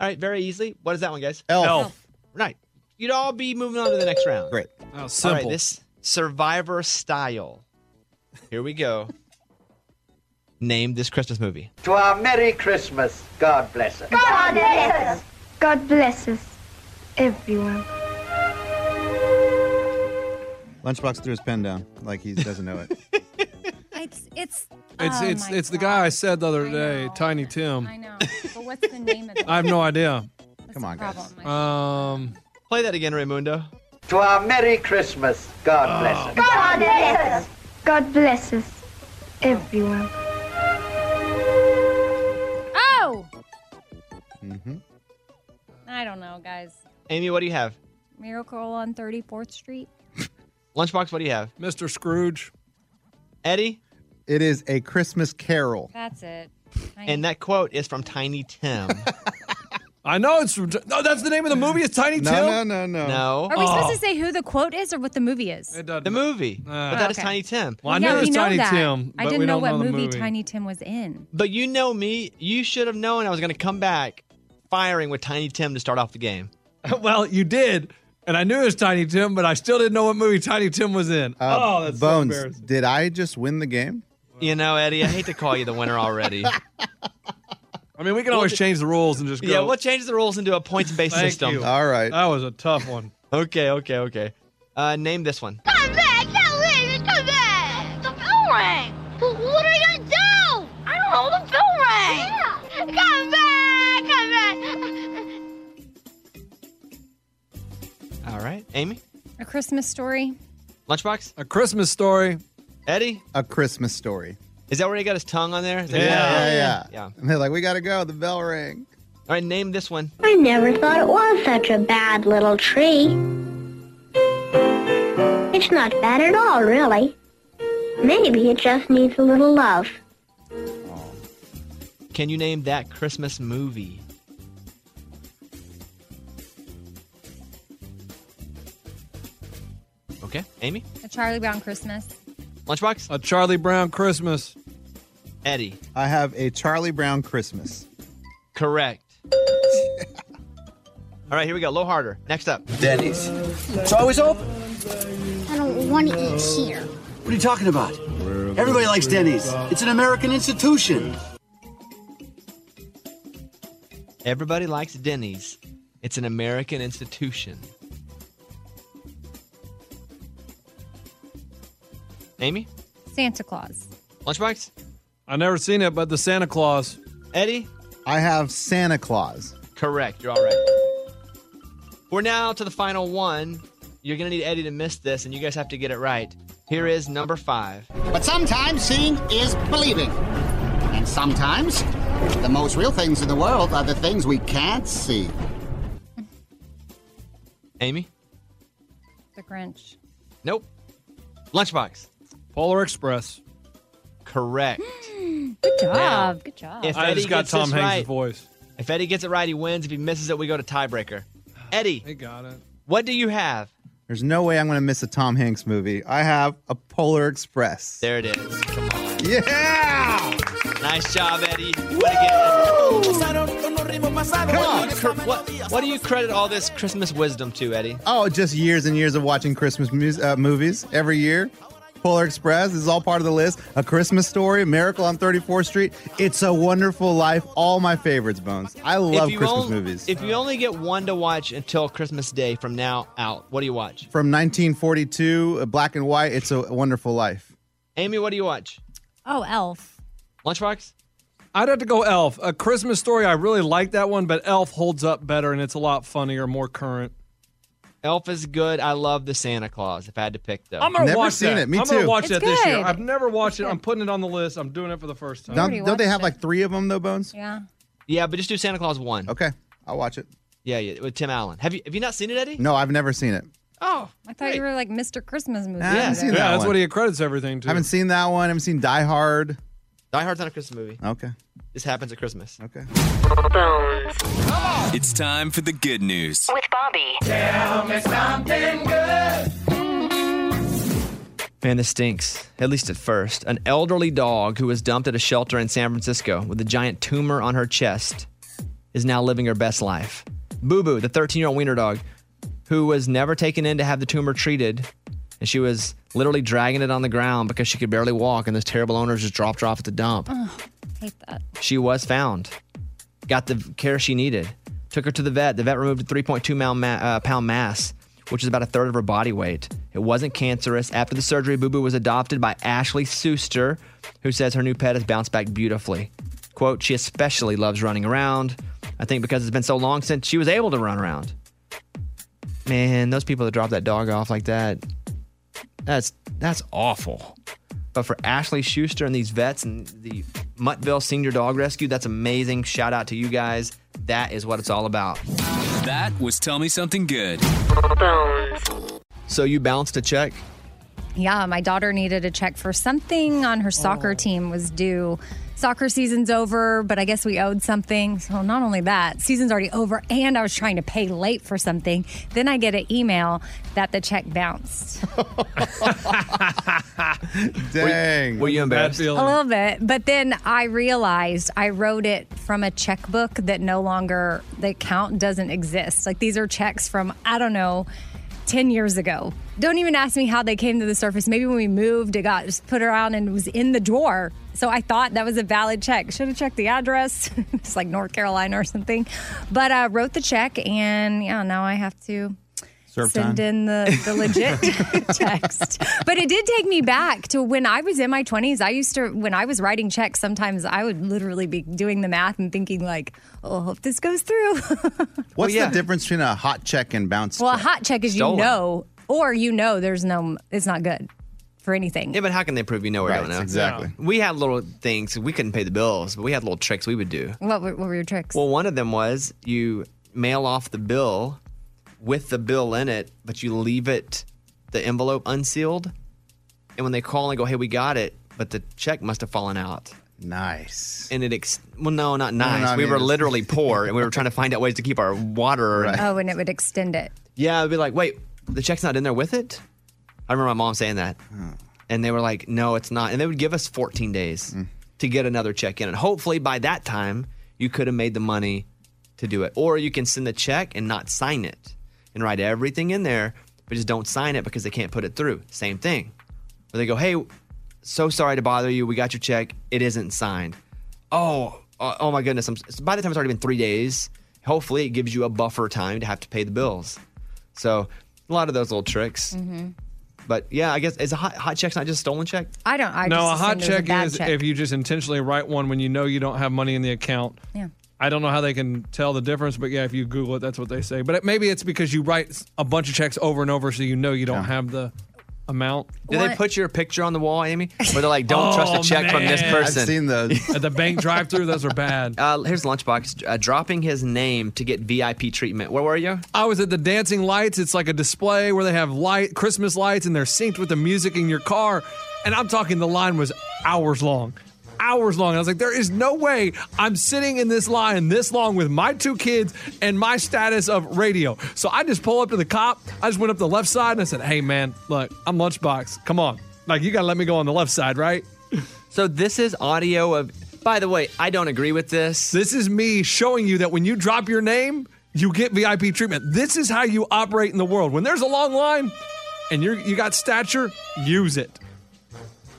Speaker 1: all right, very easily. What is that one, guys?
Speaker 18: Elf. Elf.
Speaker 1: Right. You'd all be moving on to the next round.
Speaker 3: Great.
Speaker 5: Oh,
Speaker 1: All right, this Survivor style. Here we go. Name this Christmas movie.
Speaker 19: To our Merry Christmas. God bless us.
Speaker 20: God bless us. God bless us, everyone.
Speaker 3: Lunchbox threw his pen down like he doesn't know it.
Speaker 2: It's it's
Speaker 5: It's
Speaker 2: oh
Speaker 5: it's
Speaker 2: my
Speaker 5: it's the guy I said the other day, Tiny Tim.
Speaker 2: I know. But what's the name of it?
Speaker 5: I have no idea.
Speaker 3: Come on,
Speaker 2: guys.
Speaker 5: Um,
Speaker 1: play that again, Raymundo.
Speaker 19: To our Merry Christmas. God
Speaker 5: Oh.
Speaker 19: bless us.
Speaker 20: God bless us. God bless us, everyone.
Speaker 2: Oh,
Speaker 1: Mm-hmm.
Speaker 2: I don't know, guys.
Speaker 1: Amy, what do you have?
Speaker 2: Miracle on 34th Street.
Speaker 1: Lunchbox, what do you have?
Speaker 5: Mr. Scrooge.
Speaker 1: Eddie?
Speaker 3: It is a Christmas carol.
Speaker 2: That's it. Tiny-
Speaker 1: And that quote is from Tiny Tim.
Speaker 5: I know it's from. No, that's the name of the movie. It's Tiny
Speaker 1: No,
Speaker 5: Tim.
Speaker 1: no, no, no. No. Oh.
Speaker 2: Are we supposed to say who the quote is or what the movie is?
Speaker 5: doesn't.
Speaker 1: The movie. but that is
Speaker 2: Okay.
Speaker 1: Tiny Tim.
Speaker 5: Uh, Well, I
Speaker 2: yeah,
Speaker 5: know
Speaker 2: we
Speaker 5: it's
Speaker 2: know
Speaker 5: Tiny
Speaker 2: that.
Speaker 5: Tim,
Speaker 2: I
Speaker 5: but
Speaker 2: didn't
Speaker 5: we
Speaker 2: know
Speaker 5: don't
Speaker 2: what
Speaker 5: know the
Speaker 2: movie,
Speaker 5: movie.
Speaker 2: Tiny Tim was in.
Speaker 1: But you know me. You should have known I was going to come back firing with Tiny Tim to start off the game.
Speaker 5: well, you did, and I knew it was Tiny Tim, but I still didn't know what movie Tiny Tim was in.
Speaker 3: Uh,
Speaker 5: oh, that's so
Speaker 3: Bones,
Speaker 5: embarrassing.
Speaker 3: did I just win the game?
Speaker 1: You know, Eddie, I hate to call you the winner already.
Speaker 5: I mean, we can always change the rules and just go.
Speaker 1: Yeah, we'll change the rules into a points based
Speaker 5: Thank
Speaker 1: system.
Speaker 5: you. Oh.
Speaker 3: All right.
Speaker 5: That was a tough one.
Speaker 1: okay, okay, okay. Uh, name this one.
Speaker 20: Come back! Tell me to come back! The bell rang! But what are you gonna do? I don't know, the bell rang! Come back! Come back!
Speaker 1: All right, Amy.
Speaker 2: A Christmas Story.
Speaker 1: Lunchbox.
Speaker 5: A Christmas Story.
Speaker 1: Eddie.
Speaker 3: A Christmas story.
Speaker 1: Is that where he got his tongue on there? Is that-
Speaker 3: Yeah, yeah, yeah.
Speaker 1: yeah.
Speaker 3: And they're like, we gotta go. The bell rang.
Speaker 1: All right, name this one.
Speaker 20: I never thought it was such a bad little tree. It's not bad at all, really. Maybe it just needs a little love.
Speaker 1: Can you name that Christmas movie? Okay, Amy.
Speaker 2: A Charlie Brown Christmas.
Speaker 1: Lunchbox.
Speaker 5: A Charlie Brown Christmas.
Speaker 1: Eddie.
Speaker 3: I have a Charlie Brown Christmas.
Speaker 1: Correct. All right, here we go. A little harder. Next up.
Speaker 14: Denny's. It's always open.
Speaker 20: I don't want to eat here.
Speaker 14: What are you talking about? Everybody likes Denny's. It's an American institution.
Speaker 1: Everybody likes Denny's. It's an American institution. Amy?
Speaker 2: Santa Claus.
Speaker 1: Lunchbox?
Speaker 5: I never seen it, but the Santa Claus.
Speaker 1: Eddie?
Speaker 3: I have Santa Claus.
Speaker 1: Correct. You're all right. We're now to the final one. You're going to need Eddie to miss this, and you guys have to get it right. Here is number five.
Speaker 6: But sometimes seeing is believing. And sometimes the most real things in the world are the things we can't see.
Speaker 1: Amy?
Speaker 2: The Grinch.
Speaker 1: Nope. Lunchbox.
Speaker 5: Polar Express.
Speaker 1: Correct.
Speaker 2: Good job.
Speaker 1: Now,
Speaker 2: Good job.
Speaker 1: If
Speaker 5: I
Speaker 1: Eddie
Speaker 5: just got
Speaker 1: gets
Speaker 5: Tom
Speaker 1: this
Speaker 5: Hanks'
Speaker 1: right-
Speaker 5: voice.
Speaker 1: If Eddie gets it right, he wins. If he misses it, we go to tiebreaker. Eddie. He
Speaker 5: got it.
Speaker 1: What do you have?
Speaker 3: There's no way I'm going to miss a Tom Hanks movie. I have a Polar Express.
Speaker 1: There it is. Come on.
Speaker 3: Yeah!
Speaker 1: Nice job, Eddie. You win again.
Speaker 6: Come
Speaker 1: on. What, what do you credit all this Christmas wisdom to, Eddie?
Speaker 3: Oh, just years and years of watching Christmas mus- uh, movies every year. Polar Express this is all part of the list. A Christmas Story, Miracle on 34th Street, It's a Wonderful Life, all my favorites, Bones. I love
Speaker 1: If you
Speaker 3: Christmas
Speaker 1: only-
Speaker 3: movies.
Speaker 1: If you only get one to watch until Christmas Day from now out, what do you watch?
Speaker 3: From 1942, uh, black and white, It's a Wonderful Life.
Speaker 1: Amy, what do you watch?
Speaker 2: Oh, Elf.
Speaker 1: Lunchbox?
Speaker 5: I'd have to go Elf. A Christmas Story. I really like that one, but Elf holds up better and it's a lot funnier, more current.
Speaker 1: Elf is good. I love the Santa Claus. If I had to pick, though,
Speaker 5: I'm gonna
Speaker 3: Never
Speaker 5: watch
Speaker 3: seen
Speaker 5: that.
Speaker 3: it. Me
Speaker 5: I'm gonna
Speaker 3: too.
Speaker 5: watch
Speaker 3: It's
Speaker 5: that this year.
Speaker 3: good.
Speaker 5: I've never watched it. I'm putting it on the list. I'm doing it for the first time.
Speaker 3: Don't, don't they have like three of them, though, Bones?
Speaker 2: Yeah.
Speaker 1: Yeah, but just do Santa Claus one.
Speaker 3: Okay, I'll watch it.
Speaker 1: Yeah, yeah, with Tim Allen. Have you have you not seen it, Eddie?
Speaker 3: No, I've never seen it.
Speaker 1: Oh,
Speaker 2: I thought you were like Mr. Christmas movie.
Speaker 3: I haven't seen
Speaker 5: Yeah,
Speaker 3: that
Speaker 5: that's
Speaker 3: one.
Speaker 5: what he accredits everything to.
Speaker 3: I haven't seen that one. I haven't seen Die Hard.
Speaker 1: Die Hard's not a Christmas movie.
Speaker 3: Okay.
Speaker 1: This happens at Christmas.
Speaker 3: Okay.
Speaker 11: It's time for the good news.
Speaker 14: With Bobby.
Speaker 7: Tell me something
Speaker 14: good.
Speaker 1: Man, this stinks. At least at first. An elderly dog who was dumped at a shelter in San Francisco with a giant tumor on her chest is now living her best life. Boo Boo, the 13 year old wiener dog, who was never taken in to have the tumor treated, and she was literally dragging it on the ground because she could barely walk, and those terrible owners just dropped her off at the dump.
Speaker 2: Oh, hate that.
Speaker 1: She was found, got the care she needed, took her to the vet. The vet removed a 3.2 pound, ma- uh, pound mass, which is about a third of her body weight. It wasn't cancerous. After the surgery, Boo Boo was adopted by Ashley Suster, who says her new pet has bounced back beautifully. Quote, she especially loves running around. I think because it's been so long since she was able to run around. Man, those people that drop that dog off like that, that's that's awful. But for Ashley Schuster and these vets and the Muttville Senior Dog Rescue, that's amazing. Shout out to you guys. That is what it's all about.
Speaker 11: That was Tell Me Something Good.
Speaker 1: So you bounced a check?
Speaker 2: Yeah, my daughter needed a check for something on her soccer team was due. Soccer season's over, but I guess we owed something. So not only that, season's already over and I was trying to pay late for something. Then I get an email that the check bounced.
Speaker 3: Dang.
Speaker 1: Were you embarrassed?
Speaker 2: A little bit. But then I realized I wrote it from a checkbook that no longer, the account doesn't exist. Like these are checks from, I don't know, 10 years ago. Don't even ask me how they came to the surface. Maybe when we moved, it got just put around and was in the drawer. So I thought that was a valid check. Should have checked the address. it's like North Carolina or something. But I wrote the check and yeah, now I have to
Speaker 3: Serve
Speaker 2: send
Speaker 3: time.
Speaker 2: in the, the legit text. But it did take me back to when I was in my 20s. I used to, when I was writing checks, sometimes I would literally be doing the math and thinking, like, oh, I hope this goes through.
Speaker 3: What's the difference between a hot check and bounce?
Speaker 2: well, a hot check is
Speaker 1: Oh, Stolen.
Speaker 2: you know, or you know there's no, it's not good for anything.
Speaker 1: Yeah, but how can they prove you know it?
Speaker 3: Right,
Speaker 1: don't know?
Speaker 3: exactly.
Speaker 1: We had little things. We couldn't pay the bills, but we had little tricks we would do.
Speaker 2: What were, what were your tricks?
Speaker 1: Well, one of them was you mail off the bill with the bill in it, but you leave it the envelope unsealed. And when they call and go, "Hey, we got it," but the check must have fallen out.
Speaker 3: Nice.
Speaker 1: And it ex- well, no, not
Speaker 3: no,
Speaker 1: nice.
Speaker 3: I
Speaker 1: we
Speaker 3: mean,
Speaker 1: were
Speaker 3: it's-
Speaker 1: literally poor, and we were trying to find out ways to keep our water. and-
Speaker 2: Oh, and it would extend it.
Speaker 1: yeah, I'd be like, wait, the check's not in there with it? I remember my mom saying that. And they were like, no, it's not. And they would give us 14 days to get another check in. And hopefully by that time, you could have made the money to do it. Or you can send the check and not sign it and write everything in there, but just don't sign it because they can't put it through. Same thing. Where they go, hey, so sorry to bother you. We got your check. It isn't signed. Oh, oh, oh my goodness. I'm, s- by the time it's already been three days, hopefully it gives you a buffer time to have to pay the bills. So a lot of those little tricks.
Speaker 2: Mm-hmm.
Speaker 1: But yeah, I guess is a hot, hot check's not just a stolen check.
Speaker 2: I don't. I
Speaker 5: no, a
Speaker 2: just
Speaker 5: hot
Speaker 2: assumed it was
Speaker 5: check
Speaker 2: bad
Speaker 5: is
Speaker 2: check.
Speaker 5: if you just intentionally write one when you know you don't have money in the account.
Speaker 2: Yeah.
Speaker 5: I don't know how they can tell the difference, but yeah, if you Google it, that's what they say. But it, maybe it's because you write a bunch of checks over and over, so you know you don't have the amount.
Speaker 1: Do they put your picture on the wall, Amy? Where they're like, "Don't trust a
Speaker 5: Oh,
Speaker 1: check from this
Speaker 5: man.
Speaker 1: person."
Speaker 5: I've seen
Speaker 1: those
Speaker 5: at the bank drive-through. Those are bad.
Speaker 1: Uh, here's lunchbox uh, dropping his name to get VIP treatment. Where were you?
Speaker 5: I was at the Dancing Lights. It's like a display where they have light Christmas lights and they're synced with the music in your car. And I'm talking the line was hours long. Hours long. I was like, there is no way I'm sitting in this line this long with my two kids and my status of radio. So I just pull up to the cop. I just went up the left side and I said, hey, man, look, I'm Lunchbox. Come on. Like, you got to let me go on the left side, right?
Speaker 1: So this is audio of. By the way, I don't agree with this.
Speaker 5: This is me showing you that when you drop your name, you get VIP treatment. This is how you operate in the world. When there's a long line and you you got stature, use it.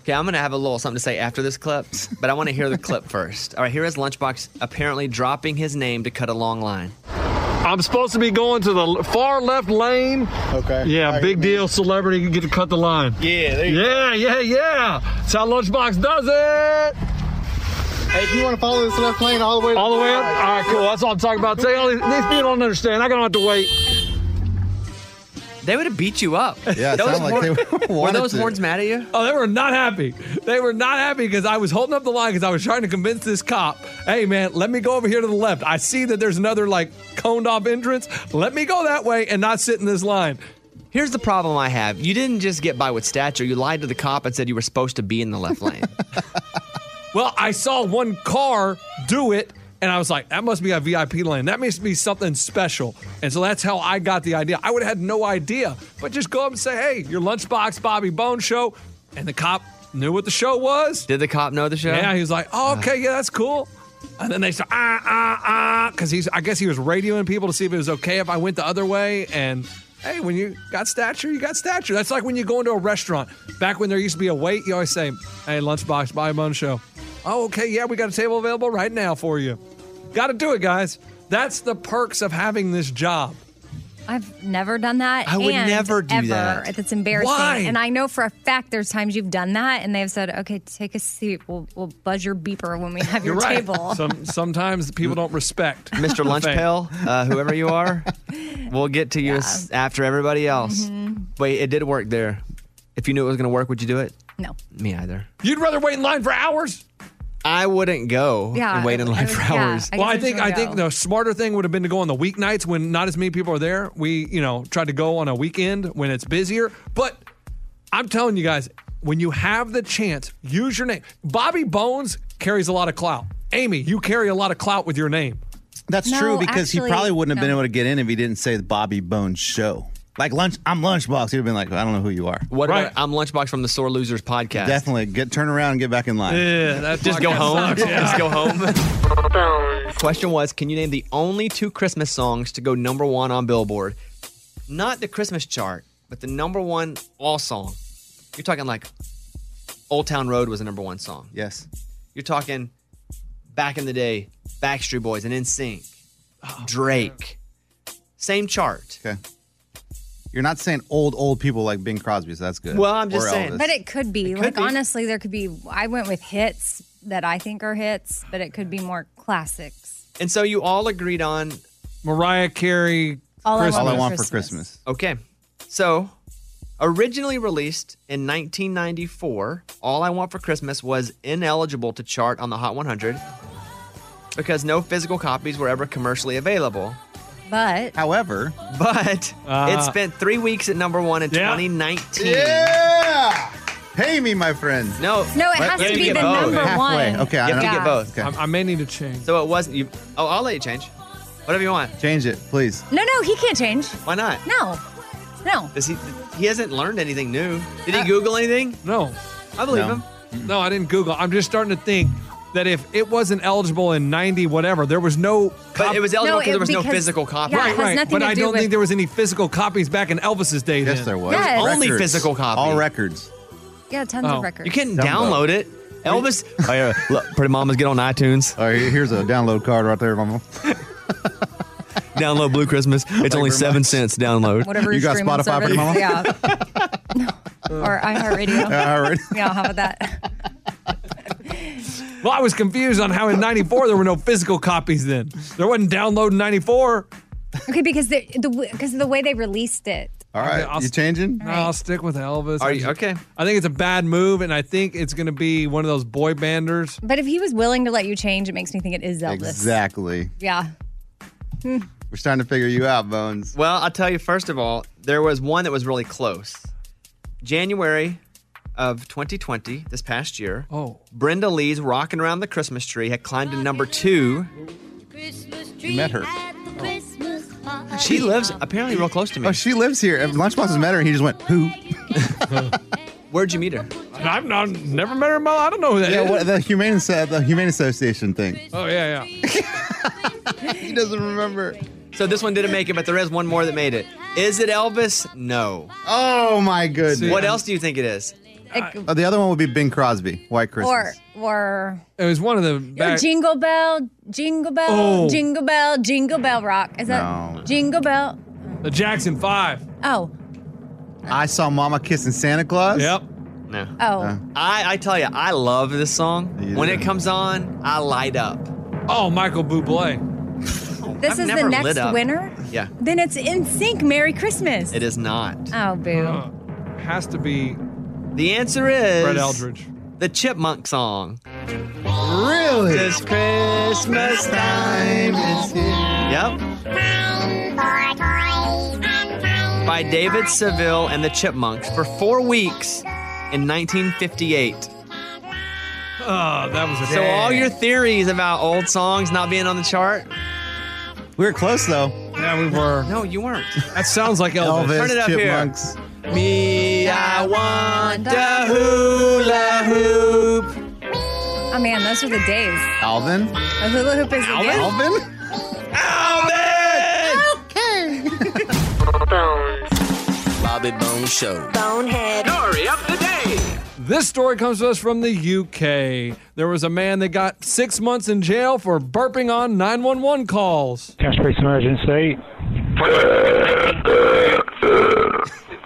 Speaker 1: Okay, I'm gonna have a little something to say after this clip, but I want to hear the clip first. All right, here is Lunchbox apparently dropping his name to cut a long line.
Speaker 5: I'm supposed to be going to the far left lane. Okay. Yeah, big deal. Celebrity, you get to cut the line. Yeah,
Speaker 8: there you
Speaker 5: yeah, yeah, yeah. That's how Lunchbox does it.
Speaker 8: Hey, if you want to follow this left lane all the way,
Speaker 5: all the way up. All right, cool. That's all I'm talking about. Say all these, these people don't understand. I gonna have to wait.
Speaker 1: They would have beat you up.
Speaker 5: Yeah, it
Speaker 1: those
Speaker 5: sounded like they
Speaker 1: were, were
Speaker 5: wanted
Speaker 1: those
Speaker 5: to.
Speaker 1: horns mad at you?
Speaker 5: Oh, they were not happy. They were not happy because I was holding up the line because I was trying to convince this cop, hey, man, let me go over here to the left. I see that there's another like coned off entrance. Let me go that way and not sit in this line.
Speaker 1: Here's the problem I have. You didn't just get by with stature. You lied to the cop and said you were supposed to be in the left lane.
Speaker 5: Well, I saw one car do it, and I was like, that must be a VIP lane. That must be something special. And so that's how I got the idea. I would have had no idea, but just go up and say, hey, your lunchbox Bobby Bone show. And the cop knew what the show was.
Speaker 1: Did the cop know the show?
Speaker 5: Yeah, he was like, oh, okay, yeah, that's cool. And then they said, ah, ah, ah, because he's, I guess he was radioing people to see if it was okay if I went the other way. And hey, when you got stature, you got stature. That's like when you go into a restaurant. Back when there used to be a wait, you always say, hey, lunchbox, buy a bun show. Oh, okay, yeah, we got a table available right now for you. Got to do it, guys. That's the perks of having this job.
Speaker 2: I've never done that.
Speaker 5: I would
Speaker 2: and
Speaker 5: never do
Speaker 2: ever.
Speaker 5: that.
Speaker 2: That's embarrassing.
Speaker 5: Why?
Speaker 2: And I know for a fact there's times you've done that, and they've said, "Okay, take a seat. We'll we'll buzz your beeper when we have your
Speaker 5: You're right.
Speaker 2: table."
Speaker 5: Some, sometimes people don't respect
Speaker 1: Mr.
Speaker 5: the
Speaker 1: Lunch
Speaker 5: fame.
Speaker 1: Pail, uh, whoever you are, we'll get to you s- after everybody else. Wait, it did work there. If you knew it was going to work, would you do it?
Speaker 2: No.
Speaker 1: Me either.
Speaker 5: You'd rather wait in line for hours?
Speaker 1: I wouldn't go
Speaker 5: Yeah,
Speaker 1: and wait in
Speaker 5: I- I
Speaker 1: line
Speaker 5: would-
Speaker 1: for
Speaker 5: yeah,
Speaker 1: hours.
Speaker 5: well, I think I think the smarter thing would have been to go on the weeknights when not as many people are there. We, you know, tried to go on a weekend when it's busier. But I'm telling you guys, when you have the chance, use your name. Bobby Bones carries a lot of clout. Amy, you carry a lot of clout with your name.
Speaker 3: That's
Speaker 5: No,
Speaker 3: true because
Speaker 5: actually,
Speaker 3: he probably wouldn't have been
Speaker 5: no.
Speaker 3: able to get in if he didn't say the Bobby Bones show. Like lunch, I'm lunchbox. He'd have been like, I don't know who you are.
Speaker 1: What about I'm Lunchbox from the Sore Losers podcast?
Speaker 3: Definitely get turn around and get back in line.
Speaker 5: Yeah, that
Speaker 1: Just go
Speaker 5: podcast
Speaker 1: home.
Speaker 5: sucks, yeah.
Speaker 1: Just go home. Question was Can you name the only two Christmas songs to go number one on Billboard? Not the Christmas chart, but the number one all song. You're talking like Old Town Road was a number one song.
Speaker 3: Yes.
Speaker 1: You're talking back in the day, Backstreet Boys and NSYNC, Oh, Drake. Same chart.
Speaker 3: Okay. You're not saying old old people like Bing Crosby, so that's good. Or Elvis.
Speaker 2: But it could be. like
Speaker 1: be.
Speaker 2: honestly, there could be. I went with hits that I think are hits, but it could be more classics.
Speaker 1: And so you all agreed on
Speaker 5: Mariah Carey.
Speaker 2: All I Christmas. Want for
Speaker 3: Christmas.
Speaker 1: Okay. So, originally released in 1994, All I Want for Christmas was ineligible to chart on the Hot 100 because no physical copies were ever commercially available.
Speaker 2: But
Speaker 3: however,
Speaker 1: but
Speaker 3: Uh,
Speaker 5: Uh-huh.
Speaker 1: it spent three weeks at number one in 2019.
Speaker 3: Yeah. Pay me, my friend.
Speaker 1: No.
Speaker 2: No, it has to be the number
Speaker 3: Halfway. one. Okay, I
Speaker 1: you have
Speaker 3: know.
Speaker 1: to
Speaker 3: Yeah.
Speaker 1: get both.
Speaker 3: Okay.
Speaker 5: I, may need to change.
Speaker 1: So it wasn't. You, oh, I'll let you change. Whatever you want.
Speaker 3: Change it, please.
Speaker 2: No, no, he can't change.
Speaker 1: Why not?
Speaker 2: No, no.
Speaker 1: Does he? He hasn't learned anything new. Did he Google anything?
Speaker 5: Uh, No.
Speaker 1: I believe him.
Speaker 5: No, I didn't Google. I'm just starting to think that if it wasn't eligible in 90 whatever, there was no
Speaker 1: But it was eligible
Speaker 2: No,
Speaker 1: 'cause there
Speaker 2: it-
Speaker 1: was no
Speaker 2: because-
Speaker 1: physical copy.
Speaker 2: yeah, it has nothing
Speaker 5: But
Speaker 2: to
Speaker 5: I
Speaker 2: do
Speaker 5: don't
Speaker 2: with-
Speaker 5: think there was any physical copies back in Elvis's day. Yes,
Speaker 3: there was.
Speaker 2: Yes.
Speaker 1: Only
Speaker 3: Records.
Speaker 1: physical copy.
Speaker 3: All records.
Speaker 2: Yeah, tons
Speaker 3: Oh.
Speaker 2: of records.
Speaker 1: You can download it. Elvis. oh, yeah. Look, pretty mamas get on iTunes.
Speaker 3: All right, here's a download card right there, Mama.
Speaker 1: download Blue Christmas. It's only seven cents download.
Speaker 2: Whatever your streaming service- Yeah. or iHeartRadio.
Speaker 5: iHeartRadio.
Speaker 2: yeah, how about that?
Speaker 5: Well, I was confused on how in 94 there were no physical copies then. There wasn't download in 94.
Speaker 2: Okay, because the because of the way they released it.
Speaker 5: All right. you
Speaker 3: changing?
Speaker 5: No, I'll stick with Elvis.
Speaker 1: Are you-
Speaker 5: okay. I think it's a bad move, and I think it's going to be one of those boy banders.
Speaker 2: But if he was willing to let you change, it makes me think it is Elvis.
Speaker 3: Exactly.
Speaker 2: Yeah. Hmm.
Speaker 3: We're starting to figure you out, Bones.
Speaker 1: Well, I'll tell you first of all, there was one that was really close. January of 2020, this past year,
Speaker 5: oh.
Speaker 1: Brenda Lee's Rockin' Around the Christmas Tree had climbed to number two.
Speaker 3: You met her.
Speaker 1: She lives apparently real close to me.
Speaker 3: Oh, she lives here. If Lunchbox has met her, and he just went, who?
Speaker 1: Where'd you meet her?
Speaker 5: I've not, never met her in my I don't know who that
Speaker 3: yeah,
Speaker 5: is.
Speaker 3: what, the Humane Asso- the Humane Association thing.
Speaker 5: Oh, yeah, yeah.
Speaker 3: he doesn't remember.
Speaker 1: So this one didn't make it, but there is one more that made it. Is it Elvis? No.
Speaker 3: Oh my goodness.
Speaker 1: What else do you think it is?
Speaker 2: Like,
Speaker 3: Oh, the other one would be Bing Crosby, White Christmas.
Speaker 2: or or
Speaker 5: It was one of the
Speaker 2: or Jingle Bell, Jingle Bell,
Speaker 5: Oh.
Speaker 2: Jingle Bell, Jingle Bell Rock. Is that Jingle Bell?
Speaker 5: The Jackson 5.
Speaker 2: Oh,
Speaker 3: I saw Mama kissing Santa Claus.
Speaker 5: Yep.
Speaker 1: No.
Speaker 2: oh.
Speaker 1: I, I tell you, I love this song. When it comes on, I light up.
Speaker 5: Oh, Michael Bublé.
Speaker 2: This
Speaker 1: I've
Speaker 2: is the
Speaker 1: never lit
Speaker 2: next
Speaker 1: up.
Speaker 2: winner.
Speaker 1: Yeah,
Speaker 2: Then it's in sync. Merry Christmas.
Speaker 1: it is not.
Speaker 2: Oh, boo.
Speaker 5: Has to be.
Speaker 1: The answer is
Speaker 5: Fred Eldridge.
Speaker 1: The Chipmunk song.
Speaker 3: Really?
Speaker 1: It's Christmas time is here. Yep. By David Seville and the Chipmunks for four weeks in 1958.
Speaker 5: Oh, that was a
Speaker 1: So all your theories about old songs not being on the chart?
Speaker 3: We were close though.
Speaker 5: Yeah, we were.
Speaker 1: No, you weren't.
Speaker 5: That sounds like Elvis.
Speaker 3: Elvis,
Speaker 1: Turn it up
Speaker 3: Chipmunks.
Speaker 1: here. Me, I want a hula hoop.
Speaker 2: Oh man, those are the days.
Speaker 3: Alvin?
Speaker 2: A hula hoop is a gift.
Speaker 3: Alvin?
Speaker 9: Bobby Bone Show.
Speaker 14: Bonehead. Story of the day.
Speaker 5: This story comes to us from the UK. There was a man that got six months in jail for burping on 911 calls.
Speaker 21: Cash breaks emergency.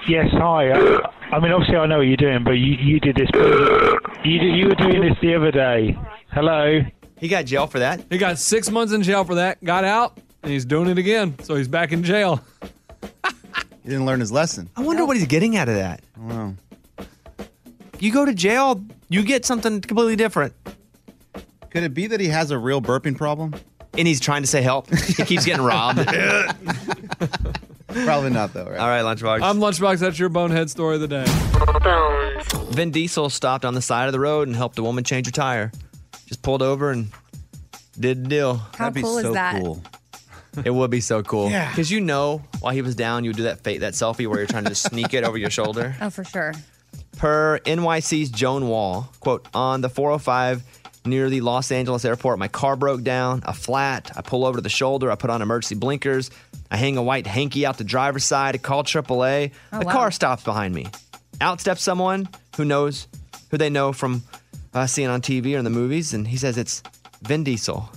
Speaker 21: Yes, hi. I, I mean, obviously, I know what you're doing, but you, you did this. You, did- you were doing this the other day. Hello.
Speaker 1: He got jail for that?
Speaker 5: He got six months in jail for that, got out, and he's doing it again. So he's back in jail.
Speaker 3: He didn't learn his lesson.
Speaker 1: I wonder what he's getting out of that.
Speaker 3: Wow.
Speaker 1: You go to jail, you get something completely different.
Speaker 3: Could it be that he has a real burping problem?
Speaker 1: And he's trying to say help. He keeps getting robbed.
Speaker 3: Probably not though, right?
Speaker 1: All right, Lunchbox.
Speaker 5: I'm Lunchbox. That's your bonehead story of the day.
Speaker 1: Vin Diesel stopped on the side of the road and helped a woman change her tire. Just pulled over and did the deal.
Speaker 2: How That'd be cool is so that? cool.
Speaker 1: it would be so cool.
Speaker 2: Yeah.
Speaker 1: Because you know, while he was down, you would do that fake, that selfie where you're trying to just sneak it over your shoulder.
Speaker 2: Oh, for sure.
Speaker 1: Per NYC's Joan Wall, quote, on the 405 near the Los Angeles airport, my car broke down, a flat, I pull over to the shoulder, I put on emergency blinkers, I hang a white hanky out the driver's side, I call AAA.
Speaker 20: Oh,
Speaker 1: the
Speaker 20: wow.
Speaker 1: car stops behind me. Out steps someone who knows, who they know from uh, seeing on TV or in the movies, and he says it's Vin Diesel.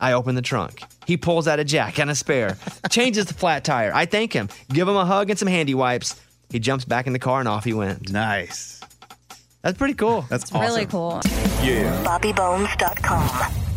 Speaker 1: I open the trunk. He pulls out a jack and a spare, changes the flat tire. I thank him, give him a hug and some handy wipes. He jumps back in the car and off he went.
Speaker 3: Nice.
Speaker 1: That's pretty cool.
Speaker 3: That's
Speaker 2: Really cool.
Speaker 1: Yeah.
Speaker 14: BobbyBones.com.